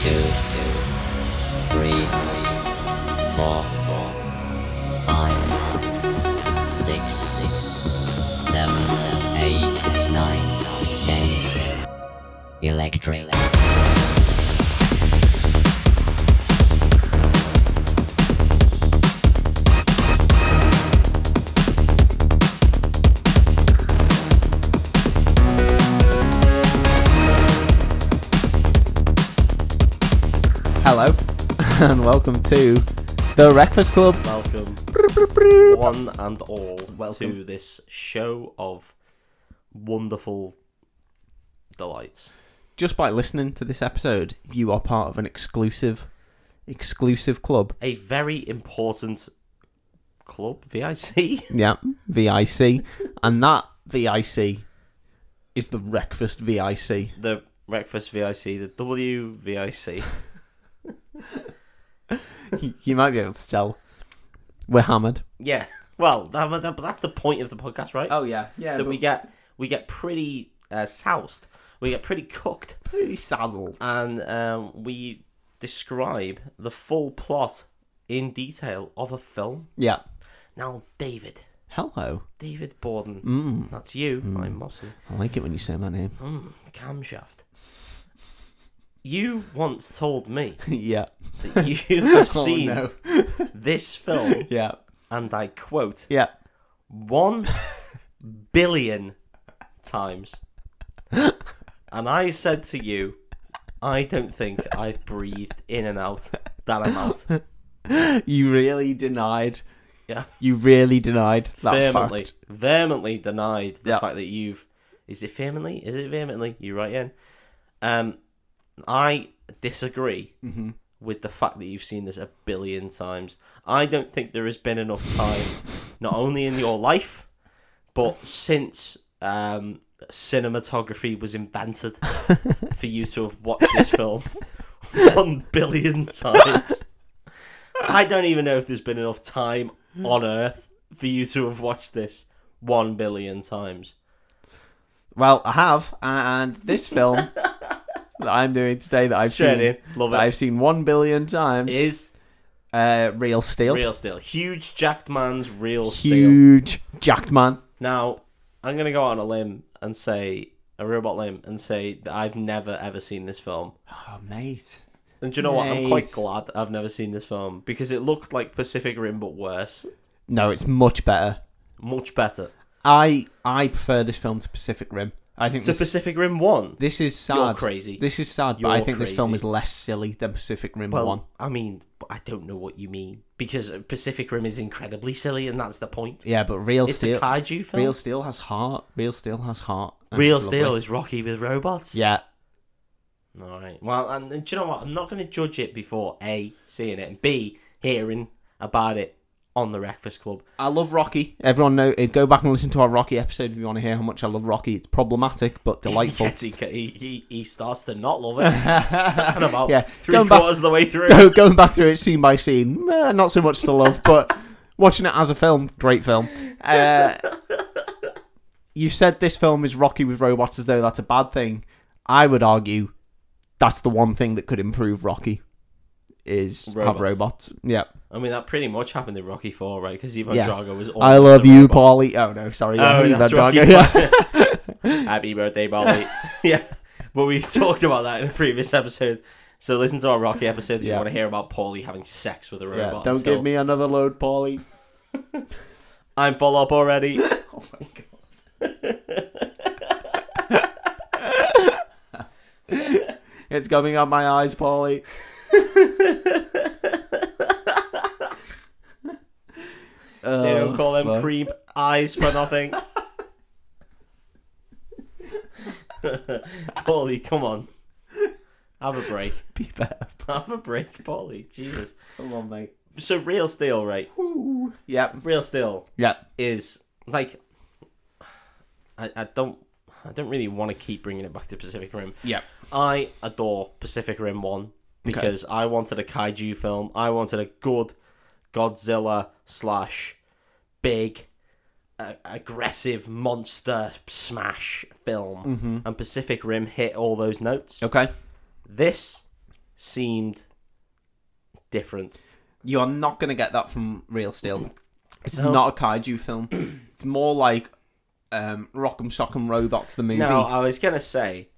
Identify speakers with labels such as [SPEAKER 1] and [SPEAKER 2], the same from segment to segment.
[SPEAKER 1] two, three, four, five, six, seven, eight, nine, ten. Electric.
[SPEAKER 2] Hello, and welcome to the Breakfast Club.
[SPEAKER 3] Welcome, one and all,
[SPEAKER 2] Welcome.
[SPEAKER 3] to this show of wonderful delights.
[SPEAKER 2] Just by listening to this episode, you are part of an exclusive, exclusive club.
[SPEAKER 3] A very important club, VIC.
[SPEAKER 2] Yeah, VIC, and that VIC is the Breakfast VIC.
[SPEAKER 3] the Breakfast VIC, the WVIC.
[SPEAKER 2] you might be able to tell we're hammered.
[SPEAKER 3] Yeah, well, that, that- but that's the point of the podcast, right?
[SPEAKER 2] yeah, Oh, yeah.
[SPEAKER 3] that we get we get pretty uh, soused, we get pretty cooked,
[SPEAKER 2] pretty saddled.
[SPEAKER 3] and um, we describe the full plot in detail of a film.
[SPEAKER 2] Yeah.
[SPEAKER 3] Now, David.
[SPEAKER 2] Hello.
[SPEAKER 3] David Borden.
[SPEAKER 2] Mm.
[SPEAKER 3] That's you. I'm Mossy.
[SPEAKER 2] I like it when you say my name.
[SPEAKER 3] Mm, camshaft. You once told me
[SPEAKER 2] yeah.
[SPEAKER 3] that you have seen
[SPEAKER 2] Oh, no.
[SPEAKER 3] this film,
[SPEAKER 2] Yeah.
[SPEAKER 3] and I quote,
[SPEAKER 2] Yeah.
[SPEAKER 3] one billion times. And I said to you, I don't think I've breathed in and out that amount.
[SPEAKER 2] You really denied.
[SPEAKER 3] Yeah.
[SPEAKER 2] You really denied that
[SPEAKER 3] vehemently,
[SPEAKER 2] fact.
[SPEAKER 3] vehemently denied the
[SPEAKER 2] Yeah.
[SPEAKER 3] fact that you've. Is it vehemently? Is it vehemently? You write in. Um, I disagree
[SPEAKER 2] Mm-hmm.
[SPEAKER 3] with the fact that you've seen this a billion times. I don't think there has been enough time, not only in your life, but since um, cinematography was invented, for you to have watched this film one billion times. I don't even know if there's been enough time on Earth for you to have watched this one billion times.
[SPEAKER 2] Well, I have, and this film that I'm doing today that I've
[SPEAKER 3] Straight
[SPEAKER 2] seen,
[SPEAKER 3] in, love
[SPEAKER 2] that
[SPEAKER 3] it.
[SPEAKER 2] I've seen one billion times,
[SPEAKER 3] Is
[SPEAKER 2] uh, Real Steel.
[SPEAKER 3] real steel. Huge jacked man's real steel.
[SPEAKER 2] Huge jacked man.
[SPEAKER 3] Now, I'm gonna go out on a limb and say a robot limb and say that I've never ever seen this film.
[SPEAKER 2] Oh, mate.
[SPEAKER 3] And do you know what? I'm quite
[SPEAKER 2] Mate.
[SPEAKER 3] glad I've never seen this film because it looked like Pacific Rim but worse.
[SPEAKER 2] No, it's much better.
[SPEAKER 3] Much better.
[SPEAKER 2] I I prefer this film to Pacific Rim. I think
[SPEAKER 3] So
[SPEAKER 2] this,
[SPEAKER 3] Pacific Rim one.
[SPEAKER 2] this is sad.
[SPEAKER 3] You're crazy.
[SPEAKER 2] This is sad, but I
[SPEAKER 3] You're
[SPEAKER 2] think this film
[SPEAKER 3] crazy.
[SPEAKER 2] is less silly than Pacific Rim
[SPEAKER 3] Well,
[SPEAKER 2] One.
[SPEAKER 3] I mean, I don't know what you mean because Pacific Rim is incredibly silly, and that's the point.
[SPEAKER 2] Yeah, but Real
[SPEAKER 3] It's
[SPEAKER 2] Steel.
[SPEAKER 3] a kaiju film.
[SPEAKER 2] Real
[SPEAKER 3] Real,
[SPEAKER 2] Steel has heart. Real Steel has heart. and it's lovely.
[SPEAKER 3] Steel is Rocky with robots.
[SPEAKER 2] Yeah.
[SPEAKER 3] All right. Well, and, and do you know what? I'm not going to judge it before a seeing it and b hearing about it on the Breakfast Club.
[SPEAKER 2] I love Rocky. Everyone know. uh, Go back and listen to our Rocky episode if you want to hear how much I love Rocky. It's problematic but delightful.
[SPEAKER 3] Yes, he, he, he- he starts to not love it. and about
[SPEAKER 2] Yeah,
[SPEAKER 3] three
[SPEAKER 2] going back-
[SPEAKER 3] quarters of the way through.
[SPEAKER 2] Go- Going back through it scene by scene, eh, not so much to love, but watching it as a film, great film. Uh, you said this film is Rocky with robots as though that's a bad thing. I would argue that's the one thing that could improve Rocky is have
[SPEAKER 3] Robots.
[SPEAKER 2] robots. Yeah.
[SPEAKER 3] I mean, that pretty much happened in Rocky Four, right? Because Ivan
[SPEAKER 2] Yeah.
[SPEAKER 3] Drago was.
[SPEAKER 2] I
[SPEAKER 3] almost
[SPEAKER 2] love
[SPEAKER 3] a
[SPEAKER 2] you,
[SPEAKER 3] robot.
[SPEAKER 2] Polly. Oh no, sorry.
[SPEAKER 3] Oh,
[SPEAKER 2] yeah,
[SPEAKER 3] that's
[SPEAKER 2] Ivan
[SPEAKER 3] Rocky.
[SPEAKER 2] Drago, yeah.
[SPEAKER 3] Happy birthday, Bobby. yeah. But we've talked about that in a previous episode. So listen to our Rocky episode if
[SPEAKER 2] Yeah.
[SPEAKER 3] you want to hear about Paulie having sex with a robot.
[SPEAKER 2] yeah. Don't
[SPEAKER 3] until
[SPEAKER 2] give me another load, Polly.
[SPEAKER 3] I'm full up already.
[SPEAKER 2] Oh my god. it's coming out my eyes, Polly.
[SPEAKER 3] they don't call them
[SPEAKER 2] Oh, fuck.
[SPEAKER 3] creep eyes for nothing. Paulie, come on. Have a break.
[SPEAKER 2] Be better.
[SPEAKER 3] Have a break, Paulie. Jesus.
[SPEAKER 2] Come on, mate.
[SPEAKER 3] So real steel, right?
[SPEAKER 2] Ooh. Yep.
[SPEAKER 3] Real steel
[SPEAKER 2] Yep.
[SPEAKER 3] is like I, I don't I don't really want to keep bringing it back to Pacific Rim.
[SPEAKER 2] Yep.
[SPEAKER 3] I adore Pacific Rim 1 because I wanted a kaiju film. I wanted a good Godzilla slash big uh, aggressive monster
[SPEAKER 2] Mm-hmm.
[SPEAKER 3] smash film. And Pacific Rim hit all those notes.
[SPEAKER 2] Okay.
[SPEAKER 3] This seemed different.
[SPEAKER 2] You are not going to get that from Real Steel. It's not a kaiju film. It's more like um, Rock'em Sock'em Robots, the movie.
[SPEAKER 3] No, I was gonna say,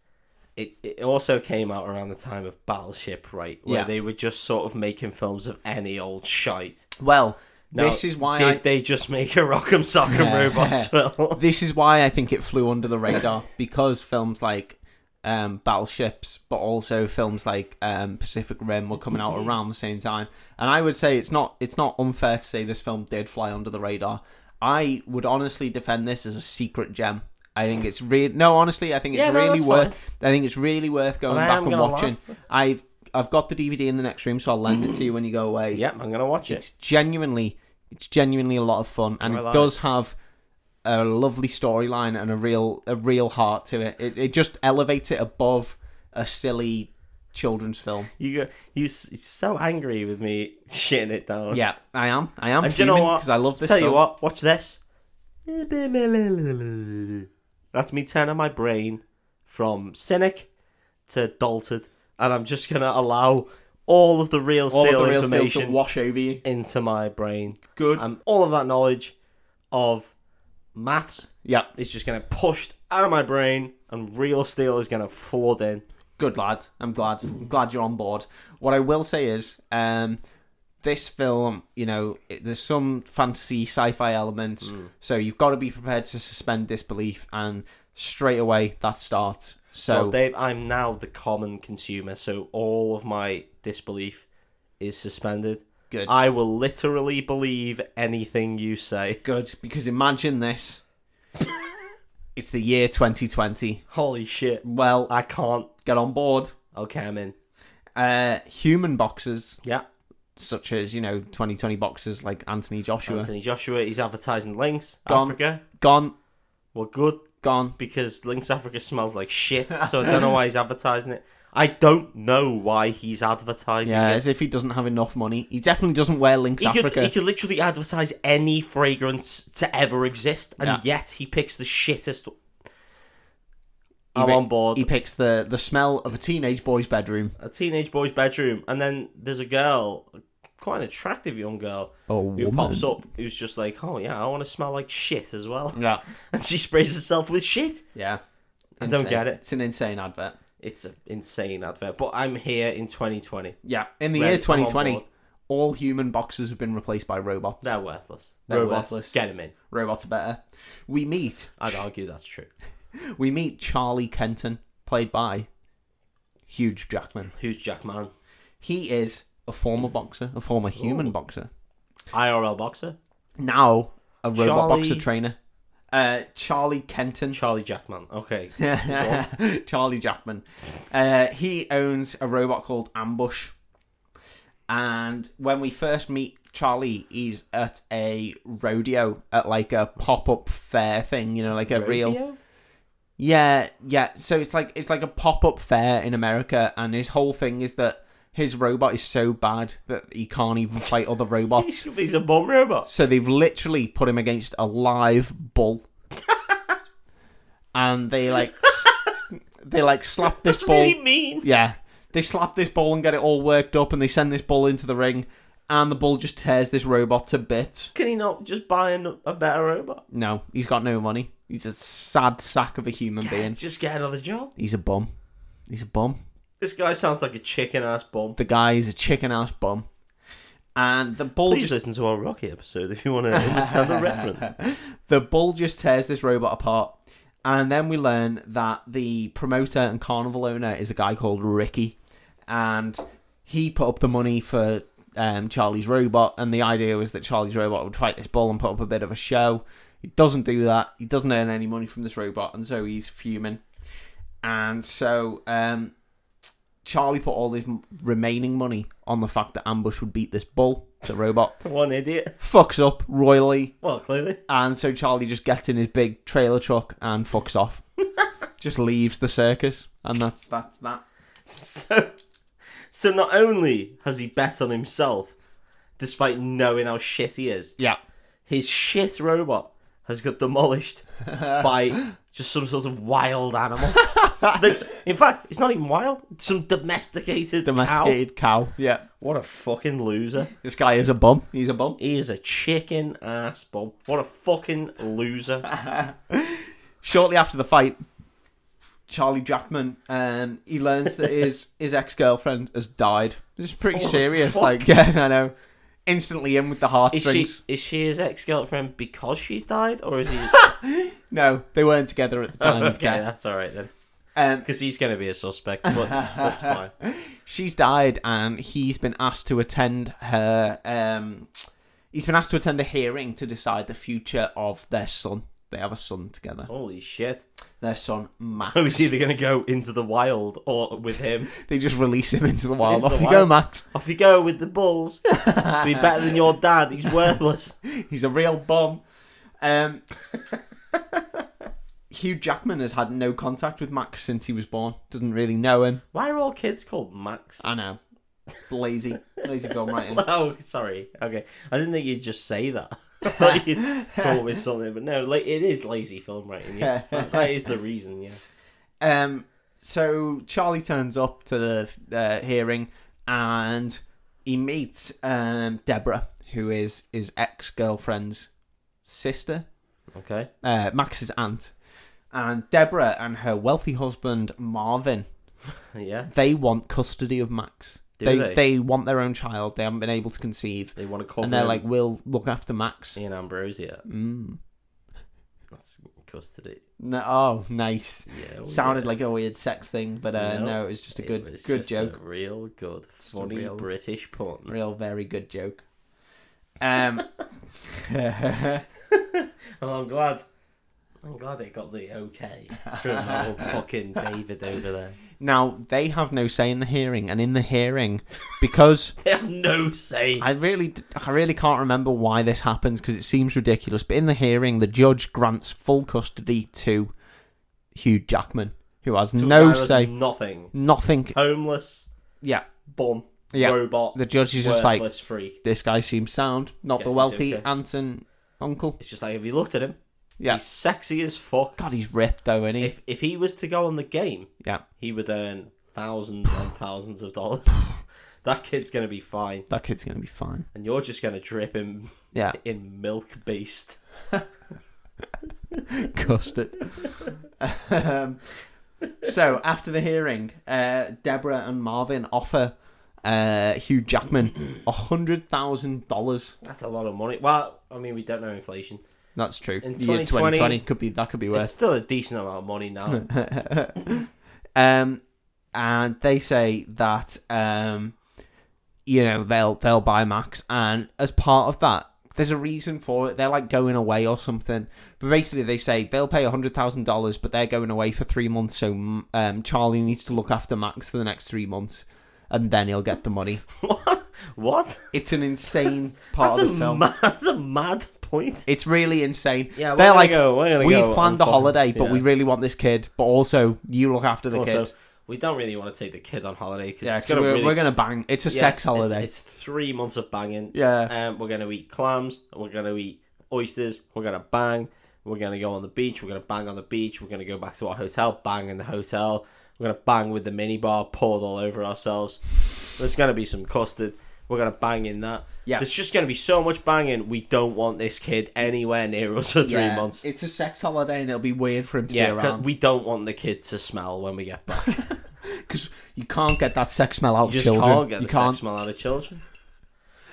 [SPEAKER 3] it, it also came out around the time of Battleship, right? Where
[SPEAKER 2] Yeah.
[SPEAKER 3] they were just sort of making films of any old shite.
[SPEAKER 2] Well,
[SPEAKER 3] Now,
[SPEAKER 2] this is why
[SPEAKER 3] did
[SPEAKER 2] I,
[SPEAKER 3] they just make a Rock'em Sock'em
[SPEAKER 2] Yeah.
[SPEAKER 3] Robots film?
[SPEAKER 2] this is why I think it flew under the radar because films like um, Battleships, but also films like um, Pacific Rim were coming out around the same time. And I would say it's not it's not unfair to say this film did fly under the radar. I would honestly defend this as a secret gem. I think it's really no, honestly, I think it's
[SPEAKER 3] Yeah, no,
[SPEAKER 2] really
[SPEAKER 3] that's
[SPEAKER 2] worth. I think it's really worth going
[SPEAKER 3] Well, I
[SPEAKER 2] back
[SPEAKER 3] am
[SPEAKER 2] and
[SPEAKER 3] gonna
[SPEAKER 2] watching. I've I've got the DVD in the next room, so I'll lend it to you when you go away
[SPEAKER 3] yep, I'm gonna watch it.
[SPEAKER 2] it's genuinely it's genuinely a lot of fun and
[SPEAKER 3] I
[SPEAKER 2] it
[SPEAKER 3] like
[SPEAKER 2] does have a lovely storyline and a real a real heart to it. it it just elevates it above a silly children's film
[SPEAKER 3] You go, you s- you're so angry with me shitting it down.
[SPEAKER 2] yeah i am i am
[SPEAKER 3] and do you know what?
[SPEAKER 2] because i love this
[SPEAKER 3] Tell you
[SPEAKER 2] film.
[SPEAKER 3] what, watch this. That's me turning my brain from cynic to dalted, and I'm just gonna allow all of the real
[SPEAKER 2] all of
[SPEAKER 3] steel
[SPEAKER 2] the real steel
[SPEAKER 3] information
[SPEAKER 2] to wash over you Um,
[SPEAKER 3] into my brain.
[SPEAKER 2] good
[SPEAKER 3] And all of that knowledge of maths
[SPEAKER 2] yeah
[SPEAKER 3] is just going to pushed out of my brain, and real steel is going to flood in.
[SPEAKER 2] good lad i'm glad I'm glad you're on board what i will say is um this film you know it, there's some fantasy sci-fi elements
[SPEAKER 3] Hmm.
[SPEAKER 2] so you've got to be prepared to suspend disbelief and straight away that starts so
[SPEAKER 3] Well, Dave, I'm now the common consumer, so all of my disbelief is suspended.
[SPEAKER 2] good
[SPEAKER 3] I will literally believe anything you say.
[SPEAKER 2] good because imagine this it's the year 2020
[SPEAKER 3] Holy shit.
[SPEAKER 2] well
[SPEAKER 3] I can't.
[SPEAKER 2] get on board
[SPEAKER 3] Okay, I'm in.
[SPEAKER 2] uh human boxers
[SPEAKER 3] Yeah.
[SPEAKER 2] such as you know 2020 boxers like anthony joshua
[SPEAKER 3] Anthony Joshua, he's advertising Links
[SPEAKER 2] Gone.
[SPEAKER 3] Africa.
[SPEAKER 2] gone
[SPEAKER 3] Well, good.
[SPEAKER 2] gone
[SPEAKER 3] because Lynx Africa smells like shit, so I don't know why he's advertising it. I don't know why he's advertising
[SPEAKER 2] yeah,
[SPEAKER 3] it.
[SPEAKER 2] as if he doesn't have enough money. He definitely doesn't wear Lynx
[SPEAKER 3] He could,
[SPEAKER 2] Africa.
[SPEAKER 3] he could literally advertise any fragrance to ever exist, and
[SPEAKER 2] Yeah.
[SPEAKER 3] yet he picks the shittest.
[SPEAKER 2] He
[SPEAKER 3] I'm
[SPEAKER 2] pi-
[SPEAKER 3] on board.
[SPEAKER 2] He picks the, the smell of a teenage boy's bedroom.
[SPEAKER 3] A teenage boy's bedroom, and then there's a girl, quite an attractive young girl,
[SPEAKER 2] A
[SPEAKER 3] who
[SPEAKER 2] woman.
[SPEAKER 3] pops up who's just like, "Oh yeah, I want to smell like shit as well,"
[SPEAKER 2] Yeah.
[SPEAKER 3] and she sprays herself with shit.
[SPEAKER 2] Yeah.
[SPEAKER 3] I don't
[SPEAKER 2] Insane.
[SPEAKER 3] get it.
[SPEAKER 2] It's an insane advert.
[SPEAKER 3] It's an insane advert, but I'm here in 2020.
[SPEAKER 2] Yeah. In the
[SPEAKER 3] Right,
[SPEAKER 2] year
[SPEAKER 3] I'm on
[SPEAKER 2] 2020,
[SPEAKER 3] board.
[SPEAKER 2] all human boxers have been replaced by robots.
[SPEAKER 3] They're worthless.
[SPEAKER 2] They're
[SPEAKER 3] Robots,
[SPEAKER 2] worthless.
[SPEAKER 3] get them in.
[SPEAKER 2] Robots are better. We meet
[SPEAKER 3] I'd argue that's true.
[SPEAKER 2] we meet Charlie Kenton, played by Huge Jackman.
[SPEAKER 3] Who's Jackman?
[SPEAKER 2] He is a former boxer, a former human boxer.
[SPEAKER 3] IRL boxer?
[SPEAKER 2] Now a robot
[SPEAKER 3] Charlie-
[SPEAKER 2] boxer trainer. Uh, Charlie Kenton.
[SPEAKER 3] Charlie Jackman. Okay.
[SPEAKER 2] Charlie Jackman. Uh, he owns a robot called Ambush. And when we first meet Charlie, he's at a rodeo at like a pop up fair thing, you know, like a real
[SPEAKER 3] Rodeo?
[SPEAKER 2] Yeah, yeah. So it's like it's like a pop up fair in America and his whole thing is that his robot is so bad that he can't even fight other robots.
[SPEAKER 3] He's, he's a bomb robot.
[SPEAKER 2] So they've literally put him against a live bull, and they like s- they like slap this
[SPEAKER 3] That's
[SPEAKER 2] bull.
[SPEAKER 3] really mean.
[SPEAKER 2] Yeah, they slap this bull and get it all worked up, and they send this bull into the ring, and the bull just tears this robot to bits.
[SPEAKER 3] Can he not just buy an, a better robot?
[SPEAKER 2] No, he's got no money. He's a sad sack of a human being.
[SPEAKER 3] Just get another job.
[SPEAKER 2] He's a bum. He's a bum.
[SPEAKER 3] This guy sounds like a chicken ass bum.
[SPEAKER 2] The guy is a chicken ass bum. And the bull
[SPEAKER 3] Please
[SPEAKER 2] just
[SPEAKER 3] listen to our Rocky episode if you want to understand the reference.
[SPEAKER 2] the bull just tears this robot apart. And then we learn that the promoter and carnival owner is a guy called Ricky. And he put up the money for um, Charlie's robot. And the idea was that Charlie's robot would fight this bull and put up a bit of a show. He doesn't do that. He doesn't earn any money from this robot. And so he's fuming. And so um, Charlie put all his m- remaining money on the fact that Ambush would beat this bull, the robot.
[SPEAKER 3] One idiot.
[SPEAKER 2] Fucks up royally
[SPEAKER 3] Well, clearly.
[SPEAKER 2] and so Charlie just gets in his big trailer truck and fucks off. just leaves the circus, and that's that's that.
[SPEAKER 3] So, so not only has he bet on himself, despite knowing how shit he is,
[SPEAKER 2] Yeah,
[SPEAKER 3] his shit robot has got demolished by just some sort of wild animal. That's- in fact, it's not even wild. It's some domesticated, domesticated.
[SPEAKER 2] Domesticated cow. Yeah.
[SPEAKER 3] What a fucking loser.
[SPEAKER 2] This guy is a bum. He's a bum.
[SPEAKER 3] He is a chicken ass bomb. What a fucking loser.
[SPEAKER 2] Shortly after the fight, Charlie Jackman, um, he learns that his his ex girlfriend has died. It's pretty
[SPEAKER 3] Oh,
[SPEAKER 2] serious.
[SPEAKER 3] fuck.
[SPEAKER 2] Like, yeah, I know. Instantly in with the
[SPEAKER 3] Is she
[SPEAKER 2] heartstrings.
[SPEAKER 3] is she his ex girlfriend because she's died, or is he?
[SPEAKER 2] No, they weren't together at the time of
[SPEAKER 3] okay,
[SPEAKER 2] death.
[SPEAKER 3] that's all right then,
[SPEAKER 2] Um,
[SPEAKER 3] because he's going to be a suspect. But that's fine.
[SPEAKER 2] she's died, and he's been asked to attend her. Um, he's been asked to attend a hearing to decide the future of their son. They have a son together.
[SPEAKER 3] Holy shit!
[SPEAKER 2] Their son, Max.
[SPEAKER 3] So he's either going to go into the wild or with him.
[SPEAKER 2] They just release him into the wild.
[SPEAKER 3] Into
[SPEAKER 2] Off
[SPEAKER 3] the
[SPEAKER 2] you go,
[SPEAKER 3] wild.
[SPEAKER 2] Max.
[SPEAKER 3] Off you go with the bulls. Be better than your dad. He's worthless.
[SPEAKER 2] He's a real bum. Um, Hugh Jackman has had no contact with Max since he was born. Doesn't really know him.
[SPEAKER 3] Why are all kids called Max?
[SPEAKER 2] I know. Lazy, lazy film writing.
[SPEAKER 3] Oh, sorry. Okay, I didn't think you'd just say that. I thought you'd come up with something, but no, like it is lazy film writing. Yeah, that, that is the reason. Yeah,
[SPEAKER 2] Um, so Charlie turns up to the uh, hearing and he meets um, Deborah, who is his ex girlfriend's sister,
[SPEAKER 3] okay.
[SPEAKER 2] uh, Max's aunt. And Deborah and her wealthy husband, Marvin,
[SPEAKER 3] Yeah,
[SPEAKER 2] they want custody of Max.
[SPEAKER 3] Do
[SPEAKER 2] they,
[SPEAKER 3] they?
[SPEAKER 2] want their own child. They haven't been able to conceive,
[SPEAKER 3] they want to cover.
[SPEAKER 2] and they're
[SPEAKER 3] him
[SPEAKER 2] like, "We'll look after Max."
[SPEAKER 3] in Ambrosia.
[SPEAKER 2] Mm.
[SPEAKER 3] That's custody.
[SPEAKER 2] No, oh, nice.
[SPEAKER 3] Yeah, well,
[SPEAKER 2] Sounded
[SPEAKER 3] yeah.
[SPEAKER 2] like a weird sex thing, but uh,
[SPEAKER 3] No,
[SPEAKER 2] no, it was just a
[SPEAKER 3] It
[SPEAKER 2] good,
[SPEAKER 3] was
[SPEAKER 2] good
[SPEAKER 3] just
[SPEAKER 2] joke.
[SPEAKER 3] A real good,
[SPEAKER 2] a
[SPEAKER 3] funny
[SPEAKER 2] real-
[SPEAKER 3] British pun.
[SPEAKER 2] Real, very good joke. Um,
[SPEAKER 3] And Oh, I'm glad. I'm glad it got the okay from that old fucking David over there.
[SPEAKER 2] now they have no say in the hearing, and in the hearing, because
[SPEAKER 3] They have no say.
[SPEAKER 2] I really, d- I really can't remember why this happens because it seems ridiculous. But in the hearing, the judge grants full custody to Hugh Jackman, who has
[SPEAKER 3] So
[SPEAKER 2] no
[SPEAKER 3] there was
[SPEAKER 2] say,
[SPEAKER 3] Nothing.
[SPEAKER 2] nothing.
[SPEAKER 3] Homeless.
[SPEAKER 2] Yeah,
[SPEAKER 3] Bum.
[SPEAKER 2] Yeah.
[SPEAKER 3] Robot.
[SPEAKER 2] the judge is just
[SPEAKER 3] worthless
[SPEAKER 2] like,
[SPEAKER 3] freak.
[SPEAKER 2] this guy seems sound, not
[SPEAKER 3] Guess
[SPEAKER 2] the
[SPEAKER 3] he's
[SPEAKER 2] wealthy
[SPEAKER 3] okay.
[SPEAKER 2] aunt and uncle.
[SPEAKER 3] It's just like if you looked at him,
[SPEAKER 2] Yeah,
[SPEAKER 3] he's sexy as fuck.
[SPEAKER 2] God, he's ripped though, isn't he?
[SPEAKER 3] If if he was to go on the game,
[SPEAKER 2] yeah,
[SPEAKER 3] he would earn thousands and thousands of dollars. that kid's gonna be fine,
[SPEAKER 2] that kid's gonna be fine.
[SPEAKER 3] and you're just gonna drip him
[SPEAKER 2] Yeah,
[SPEAKER 3] in milk based.
[SPEAKER 2] custard. um, so after the hearing, uh, Deborah and Marvin offer uh, Hugh Jackman a hundred thousand dollars.
[SPEAKER 3] That's a lot of money. Well, I mean, we don't know inflation.
[SPEAKER 2] That's true.
[SPEAKER 3] In
[SPEAKER 2] Year
[SPEAKER 3] 2020
[SPEAKER 2] 2020 could be that could be
[SPEAKER 3] It's
[SPEAKER 2] worse.
[SPEAKER 3] still a decent amount of money now.
[SPEAKER 2] um, and they say that um, you know they'll they'll buy Max, and as part of that, there's a reason for it. They're like going away or something. But basically, they say they'll pay hundred thousand dollars, but they're going away for three months. So um, Charlie needs to look after Max for the next three months, and then he'll get the money.
[SPEAKER 3] what? What?
[SPEAKER 2] It's an insane part
[SPEAKER 3] that's,
[SPEAKER 2] of
[SPEAKER 3] a
[SPEAKER 2] the film.
[SPEAKER 3] ma- that's a mad point.
[SPEAKER 2] it's really insane.
[SPEAKER 3] Yeah, we're
[SPEAKER 2] they're
[SPEAKER 3] gonna
[SPEAKER 2] like,
[SPEAKER 3] go- we're gonna
[SPEAKER 2] we've
[SPEAKER 3] go on
[SPEAKER 2] planned the
[SPEAKER 3] fucking-
[SPEAKER 2] holiday, but
[SPEAKER 3] yeah.
[SPEAKER 2] we really want this kid. But also, you look after the
[SPEAKER 3] Also,
[SPEAKER 2] kid.
[SPEAKER 3] we don't really want to take the kid on holiday because
[SPEAKER 2] Yeah,
[SPEAKER 3] it's
[SPEAKER 2] 'cause
[SPEAKER 3] gonna
[SPEAKER 2] we're,
[SPEAKER 3] really
[SPEAKER 2] we're gonna bang. It's a
[SPEAKER 3] Yeah,
[SPEAKER 2] sex
[SPEAKER 3] it's-
[SPEAKER 2] holiday.
[SPEAKER 3] It's, three months of banging.
[SPEAKER 2] Yeah.
[SPEAKER 3] Um, we're gonna eat clams. We're gonna eat oysters. We're gonna bang. We're gonna go on the beach. We're gonna bang on the beach. We're gonna go back to our hotel. Bang in the hotel. We're gonna bang with the minibar poured all over ourselves. There's gonna be some custard. We're gonna bang in that.
[SPEAKER 2] Yeah.
[SPEAKER 3] There's just gonna be so much banging. We don't want this kid anywhere near us for three
[SPEAKER 2] Yeah,
[SPEAKER 3] months.
[SPEAKER 2] It's a sex holiday, and it'll be weird for him to
[SPEAKER 3] Yeah,
[SPEAKER 2] be
[SPEAKER 3] 'cause
[SPEAKER 2] around
[SPEAKER 3] we don't want the kid to smell when we get back. You
[SPEAKER 2] because you can't get that sex smell out. of
[SPEAKER 3] just
[SPEAKER 2] children.
[SPEAKER 3] can't get
[SPEAKER 2] you
[SPEAKER 3] the
[SPEAKER 2] can't.
[SPEAKER 3] sex smell out of children.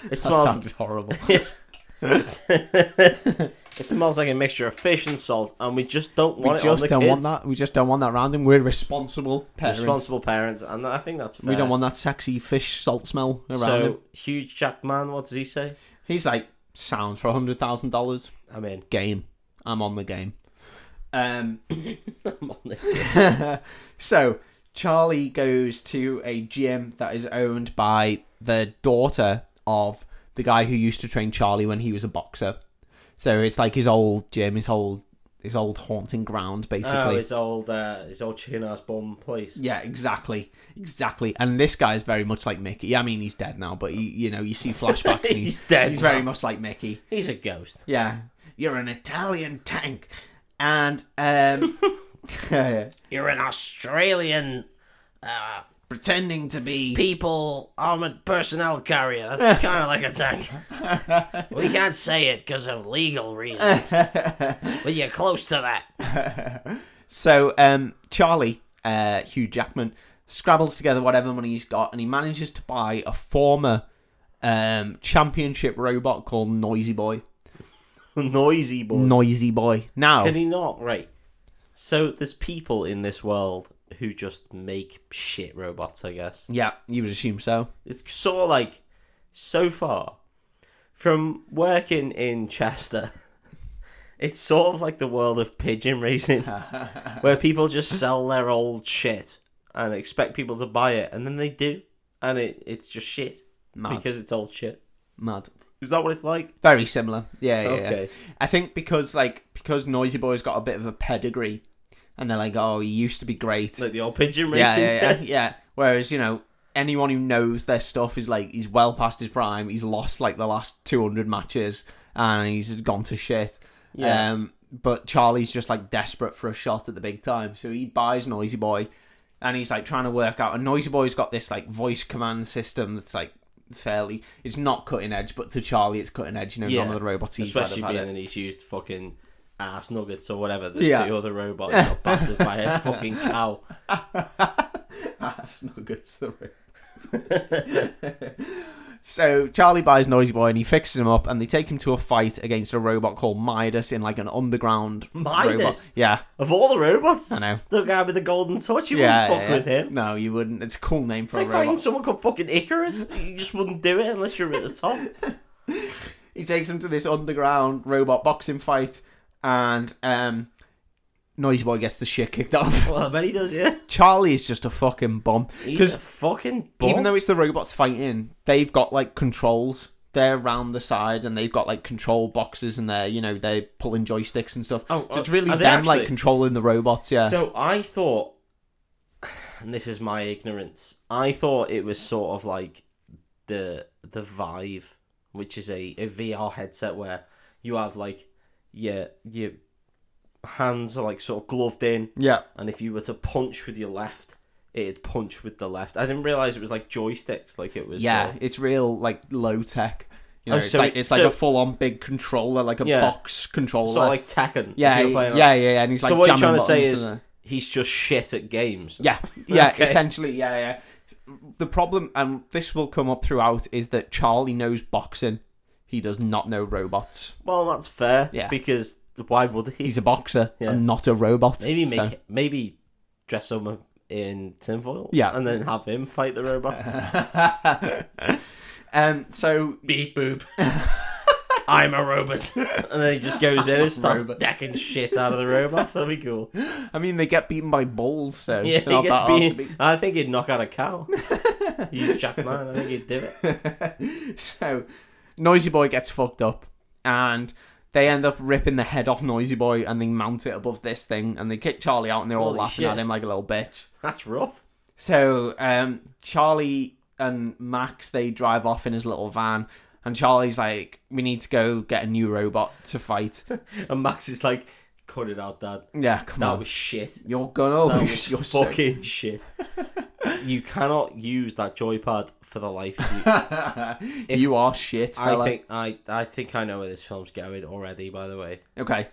[SPEAKER 3] It
[SPEAKER 2] That
[SPEAKER 3] smells
[SPEAKER 2] sounded horrible.
[SPEAKER 3] It's- it smells like a mixture of fish and salt, and we just don't
[SPEAKER 2] we
[SPEAKER 3] want it on
[SPEAKER 2] just
[SPEAKER 3] the
[SPEAKER 2] don't
[SPEAKER 3] kids.
[SPEAKER 2] want that. We just don't want that around him. We're responsible parents.
[SPEAKER 3] Responsible parents, and I think that's fair.
[SPEAKER 2] We don't want that sexy fish salt smell around
[SPEAKER 3] so
[SPEAKER 2] him.
[SPEAKER 3] huge Jackman. What does he say?
[SPEAKER 2] He's like, sounds for hundred thousand dollars.
[SPEAKER 3] I'm in.
[SPEAKER 2] Game. I'm on the game. Um.
[SPEAKER 3] I'm on this.
[SPEAKER 2] so Charlie goes to a gym that is owned by the daughter of the guy who used to train Charlie when he was a boxer. So it's like his old gym, his old his old haunting ground,
[SPEAKER 3] Oh,
[SPEAKER 2] basically.
[SPEAKER 3] his old, uh, his old chicken ass bum place.
[SPEAKER 2] yeah, exactly, exactly. And this guy is very much like Mickey. I mean, he's dead now, but you, you know, you see flashbacks. and
[SPEAKER 3] He's dead
[SPEAKER 2] He's
[SPEAKER 3] now.
[SPEAKER 2] very much like Mickey.
[SPEAKER 3] He's a ghost.
[SPEAKER 2] Yeah, you're an Italian tank, and um,
[SPEAKER 3] You're an Australian uh,
[SPEAKER 2] Pretending to be.
[SPEAKER 3] people armored personnel carrier. That's kind of like a tank. we can't say it because of legal reasons, but you're close to that.
[SPEAKER 2] So um, Charlie, uh, Hugh Jackman, scrabbles together whatever money he's got, and he manages to buy a former um, championship robot called Noisy Boy.
[SPEAKER 3] Noisy boy.
[SPEAKER 2] Noisy Boy. Now,
[SPEAKER 3] Can he not? Right. So there's people in this world who just make shit robots, I guess.
[SPEAKER 2] yeah, you would assume so.
[SPEAKER 3] It's sort of like, so far, from working in Chester, it's sort of like the world of pigeon racing, where people just sell their old shit and expect people to buy it, and then they do, and it, it's just shit
[SPEAKER 2] Mad.
[SPEAKER 3] because it's old shit.
[SPEAKER 2] Mad.
[SPEAKER 3] Is that what it's like?
[SPEAKER 2] Very similar. Yeah, yeah, yeah.
[SPEAKER 3] Okay.
[SPEAKER 2] I think because like because Noisy Boy's got a bit of a pedigree, and they're like, oh, he used to be great.
[SPEAKER 3] Like the old pigeon racing?
[SPEAKER 2] yeah, yeah, yeah, yeah. Whereas you know anyone who knows their stuff is like he's well past his prime. He's lost like the last two hundred matches, and he's gone to shit.
[SPEAKER 3] Yeah.
[SPEAKER 2] Um, but Charlie's just like desperate for a shot at the big time, so he buys Noisy Boy, and he's like trying to work out. And Noisy Boy's got this like voice command system that's like fairly. It's not cutting edge, but to Charlie, it's cutting edge. You know,
[SPEAKER 3] Yeah.
[SPEAKER 2] none of the robots he's had
[SPEAKER 3] Especially
[SPEAKER 2] have had
[SPEAKER 3] being
[SPEAKER 2] it.
[SPEAKER 3] that he's used fucking ass nuggets or whatever. The,
[SPEAKER 2] Yeah.
[SPEAKER 3] the other robot is not battered by a fucking cow.
[SPEAKER 2] That's not good to the So Charlie buys Noisy Boy and he fixes him up and they take him to a fight against a robot called Midas in like an underground robot.
[SPEAKER 3] Midas?
[SPEAKER 2] Yeah,
[SPEAKER 3] Of all the robots,
[SPEAKER 2] I know.
[SPEAKER 3] the guy with the golden touch, you
[SPEAKER 2] yeah,
[SPEAKER 3] wouldn't fuck
[SPEAKER 2] yeah, yeah.
[SPEAKER 3] with him.
[SPEAKER 2] No, you wouldn't. It's a cool name for
[SPEAKER 3] It's like
[SPEAKER 2] a robot.
[SPEAKER 3] finding someone called fucking Icarus. You just wouldn't do it unless you're at the top.
[SPEAKER 2] he takes him to this underground robot boxing fight and um Noisy Boy gets the shit kicked off.
[SPEAKER 3] well, I bet he does, yeah.
[SPEAKER 2] Charlie is just a fucking bum.
[SPEAKER 3] He's a fucking bum.
[SPEAKER 2] even though it's the robots fighting, they've got like controls. They're round the side and they've got like control boxes and they're you know they're pulling joysticks and stuff.
[SPEAKER 3] Oh,
[SPEAKER 2] so it's
[SPEAKER 3] uh,
[SPEAKER 2] really
[SPEAKER 3] are
[SPEAKER 2] them
[SPEAKER 3] they
[SPEAKER 2] like
[SPEAKER 3] actually-
[SPEAKER 2] controlling the robots. Yeah,
[SPEAKER 3] So I thought, and this is my ignorance. I thought it was sort of like the the Vive, which is a, a VR headset where you have like your your hands are like sort of gloved in,
[SPEAKER 2] yeah,
[SPEAKER 3] and if you were to punch with your left, it'd punch with the left. I didn't realize it was like joysticks. Like it was uh,
[SPEAKER 2] yeah.
[SPEAKER 3] sort of-
[SPEAKER 2] It's real like low tech. You know,
[SPEAKER 3] Oh,
[SPEAKER 2] it's
[SPEAKER 3] so
[SPEAKER 2] like
[SPEAKER 3] it-
[SPEAKER 2] it's like
[SPEAKER 3] so-
[SPEAKER 2] a full on big controller, like a
[SPEAKER 3] Yeah.
[SPEAKER 2] box controller.
[SPEAKER 3] sort of like Tekken. if
[SPEAKER 2] yeah,
[SPEAKER 3] you were
[SPEAKER 2] yeah,
[SPEAKER 3] playing
[SPEAKER 2] yeah,
[SPEAKER 3] that.
[SPEAKER 2] yeah, And he's like
[SPEAKER 3] so what you're
[SPEAKER 2] jamming
[SPEAKER 3] trying to say
[SPEAKER 2] buttons,
[SPEAKER 3] is
[SPEAKER 2] isn't it?
[SPEAKER 3] he's just shit at games.
[SPEAKER 2] Yeah, yeah,
[SPEAKER 3] Okay.
[SPEAKER 2] essentially, yeah, yeah. The problem, and this will come up throughout, is that Charlie knows boxing. He does not know robots.
[SPEAKER 3] Well, that's fair.
[SPEAKER 2] Yeah.
[SPEAKER 3] Because why would he?
[SPEAKER 2] He's a boxer
[SPEAKER 3] Yeah.
[SPEAKER 2] and not a robot.
[SPEAKER 3] Maybe make
[SPEAKER 2] so-
[SPEAKER 3] it- maybe dress someone in tinfoil.
[SPEAKER 2] Yeah.
[SPEAKER 3] And then have him fight the robots.
[SPEAKER 2] um, so
[SPEAKER 3] Beep boop. I'm a robot. and then he just goes in and starts
[SPEAKER 2] Robot.
[SPEAKER 3] decking shit out of the robot. That'd be cool.
[SPEAKER 2] I mean, they get beaten by balls, so
[SPEAKER 3] Yeah,
[SPEAKER 2] they're not
[SPEAKER 3] he
[SPEAKER 2] that
[SPEAKER 3] gets
[SPEAKER 2] hard to
[SPEAKER 3] beat. I think he'd knock out a cow. He's Jackman. I think he'd do it.
[SPEAKER 2] beat. so Noisy Boy gets fucked up, and they end up ripping the head off Noisy Boy, and they mount it above this thing, and they kick Charlie out, and they're all
[SPEAKER 3] Holy
[SPEAKER 2] laughing
[SPEAKER 3] shit.
[SPEAKER 2] at him like a little bitch.
[SPEAKER 3] That's rough.
[SPEAKER 2] So um, Charlie and Max they drive off in his little van, and Charlie's like, "We need to go get a new robot to fight."
[SPEAKER 3] And Max is like, cut it out, Dad.
[SPEAKER 2] yeah, come
[SPEAKER 3] That
[SPEAKER 2] on,
[SPEAKER 3] was shit.
[SPEAKER 2] you're gonna,
[SPEAKER 3] That was
[SPEAKER 2] Oh, you're so
[SPEAKER 3] fucking shit. You cannot use that joypad for the life of you.
[SPEAKER 2] you are shit. Fella.
[SPEAKER 3] I think I I think I know where this film's going already. By the way,
[SPEAKER 2] Okay.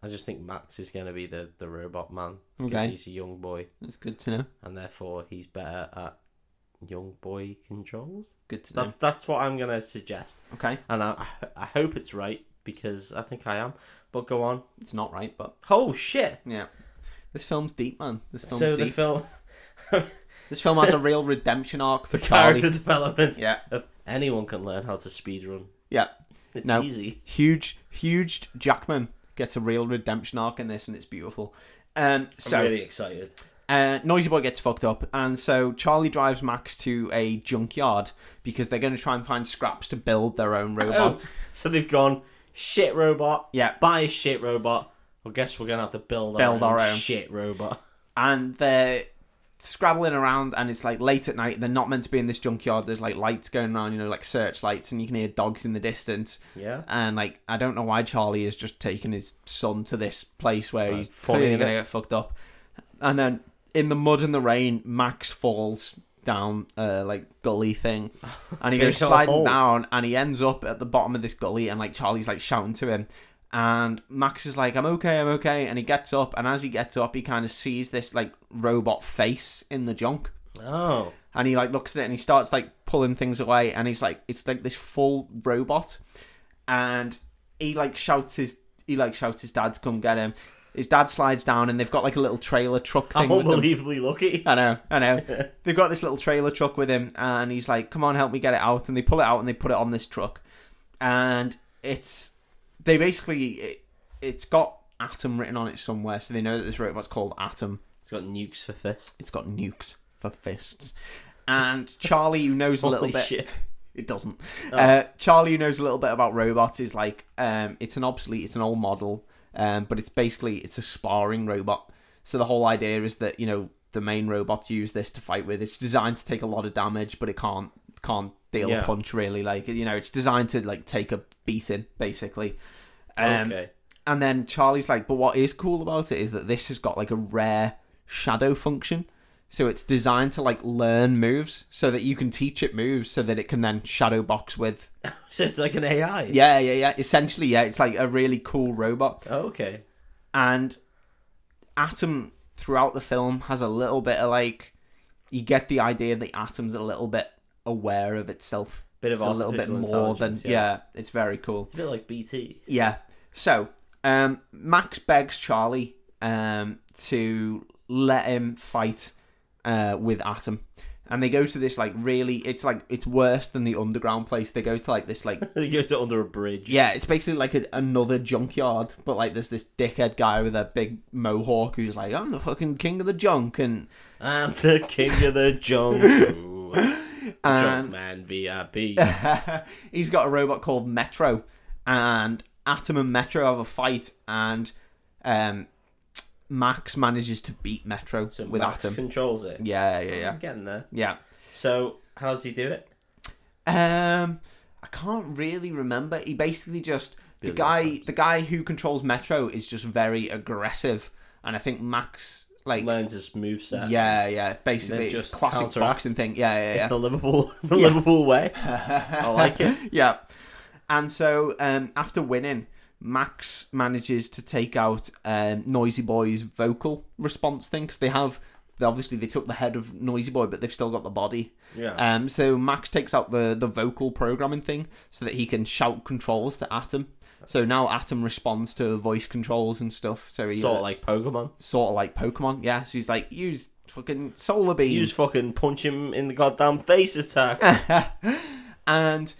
[SPEAKER 3] I just think Max is going to be the the robot man because
[SPEAKER 2] Okay.
[SPEAKER 3] he's a young boy
[SPEAKER 2] That's good to know.
[SPEAKER 3] and therefore he's better at young boy controls.
[SPEAKER 2] Good to know.
[SPEAKER 3] That's that's what I'm going to suggest,
[SPEAKER 2] okay.
[SPEAKER 3] and I I- I hope it's right because I think I am. But go on.
[SPEAKER 2] It's not right, but
[SPEAKER 3] Oh shit!
[SPEAKER 2] yeah. This film's deep, man. This film's
[SPEAKER 3] so the
[SPEAKER 2] deep.
[SPEAKER 3] film,
[SPEAKER 2] This film has a real redemption arc for
[SPEAKER 3] the
[SPEAKER 2] Charlie.
[SPEAKER 3] character development
[SPEAKER 2] Yeah.
[SPEAKER 3] of anyone can learn how to speedrun.
[SPEAKER 2] Yeah.
[SPEAKER 3] It's
[SPEAKER 2] No.
[SPEAKER 3] easy.
[SPEAKER 2] Huge, huge Jackman gets a real redemption arc in this, and it's beautiful. Um, so
[SPEAKER 3] I'm really excited.
[SPEAKER 2] Uh, Noisy Boy gets fucked up, and so Charlie drives Max to a junkyard because they're going to try and find scraps to build their own
[SPEAKER 3] Oh.
[SPEAKER 2] robot.
[SPEAKER 3] So they've gone shit robot.
[SPEAKER 2] Yeah.
[SPEAKER 3] Buy a shit robot. Well, guess we're gonna have to build,
[SPEAKER 2] Build
[SPEAKER 3] our,
[SPEAKER 2] our
[SPEAKER 3] own
[SPEAKER 2] own.
[SPEAKER 3] shit robot.
[SPEAKER 2] And they're scrabbling around and it's like late at night. They're not meant to be in this junkyard. There's like lights going around, you know, like searchlights, and you can hear dogs in the distance.
[SPEAKER 3] Yeah.
[SPEAKER 2] And like, I don't know why Charlie is just taking his son to this place where
[SPEAKER 3] Right,
[SPEAKER 2] he's
[SPEAKER 3] falling
[SPEAKER 2] clearly
[SPEAKER 3] in
[SPEAKER 2] going
[SPEAKER 3] it.
[SPEAKER 2] to get fucked up. And then in the mud and the rain, Max falls down a like gully thing, and he
[SPEAKER 3] Big
[SPEAKER 2] goes
[SPEAKER 3] old
[SPEAKER 2] sliding
[SPEAKER 3] hole.
[SPEAKER 2] down, and he ends up at the bottom of this gully, and like Charlie's like shouting to him. And Max is like, I'm okay, I'm okay. And he gets up, and as he gets up, he kind of sees this like robot face in the junk
[SPEAKER 3] Oh.
[SPEAKER 2] and he like looks at it and he starts like pulling things away and he's like it's like this full robot and he like shouts his he like shouts his dad to come get him his dad slides down and they've got like a little trailer truck thing
[SPEAKER 3] I'm
[SPEAKER 2] with them.
[SPEAKER 3] unbelievably lucky.
[SPEAKER 2] I know, I know. They've got this little trailer truck with him, and he's like, "Come on, help me get it out." And they pull it out and they put it on this truck, and it's they basically it, it's got Atom written on it somewhere, so they know that this robot's called Atom
[SPEAKER 3] It's got nukes for fists.
[SPEAKER 2] it's got nukes for fists. And Charlie, who knows a little
[SPEAKER 3] Holy
[SPEAKER 2] bit,
[SPEAKER 3] shit.
[SPEAKER 2] it doesn't. Uh, Charlie, who knows a little bit about robots, is like, um, it's an obsolete, it's an old model, um, but it's basically it's a sparring robot. So the whole idea is that you know the main robot use this to fight with. It's designed to take a lot of damage, but it can't can't deal
[SPEAKER 3] Yeah.
[SPEAKER 2] a punch really. Like you know, it's designed to like take a beating basically. Um,
[SPEAKER 3] okay.
[SPEAKER 2] and then Charlie's like, but what is cool about it is that this has got like a rare shadow function. So it's designed to like learn moves so that you can teach it moves so that it can then shadow box with.
[SPEAKER 3] So it's like an AI.
[SPEAKER 2] Yeah, yeah, yeah. Essentially, yeah, it's like a really cool robot.
[SPEAKER 3] Oh, Okay.
[SPEAKER 2] And Atom throughout the film has a little bit of like you get the idea that Atom's a little bit aware of itself.
[SPEAKER 3] Bit of
[SPEAKER 2] It's a little bit
[SPEAKER 3] artificial
[SPEAKER 2] more than
[SPEAKER 3] intelligence,
[SPEAKER 2] yeah. it's very cool.
[SPEAKER 3] It's a bit like BT.
[SPEAKER 2] Yeah. So, um, Max begs Charlie um, to let him fight uh, with Atom. And they go to this, like, really, it's like, it's worse than the underground place. They go to, like, this, like,
[SPEAKER 3] He goes under a bridge.
[SPEAKER 2] yeah, it's basically like a, another junkyard, but, like, there's this dickhead guy with a big mohawk who's like, I'm the fucking king of the junk. And,
[SPEAKER 3] I'm the king of the jungle.
[SPEAKER 2] and
[SPEAKER 3] Junk man VIP.
[SPEAKER 2] he's got a robot called Metro, and Atom and Metro have a fight, and um, Max manages to beat Metro
[SPEAKER 3] So
[SPEAKER 2] with
[SPEAKER 3] Max
[SPEAKER 2] Atom.
[SPEAKER 3] controls it.
[SPEAKER 2] Yeah, yeah,
[SPEAKER 3] I'm getting there.
[SPEAKER 2] yeah,
[SPEAKER 3] So how does he do it?
[SPEAKER 2] yeah. Um, I can't really remember. He basically just the
[SPEAKER 3] Billion
[SPEAKER 2] guy,
[SPEAKER 3] times.
[SPEAKER 2] the guy who controls Metro is just very aggressive, and I think Max like.
[SPEAKER 3] Learns his moveset.
[SPEAKER 2] yeah, yeah. Basically, it's
[SPEAKER 3] just
[SPEAKER 2] classic
[SPEAKER 3] counteract.
[SPEAKER 2] boxing thing. Yeah, yeah, yeah.
[SPEAKER 3] It's the Liverpool, the
[SPEAKER 2] Yeah.
[SPEAKER 3] Liverpool way. I like it.
[SPEAKER 2] yeah. And so um, after winning, Max manages to take out um, Noisy Boy's vocal response thing because they have. they- Obviously, they took the head of Noisy Boy, but they've still got the body.
[SPEAKER 3] Yeah.
[SPEAKER 2] Um, so Max takes out the, the vocal programming thing so that he can shout controls to Atom. So now Atom responds to voice controls and stuff. So he uh,
[SPEAKER 3] sort of like Pokemon.
[SPEAKER 2] sort of like Pokemon. Yeah. So he's like, use fucking solar beam.
[SPEAKER 3] Use fucking punch him in the goddamn face attack.
[SPEAKER 2] and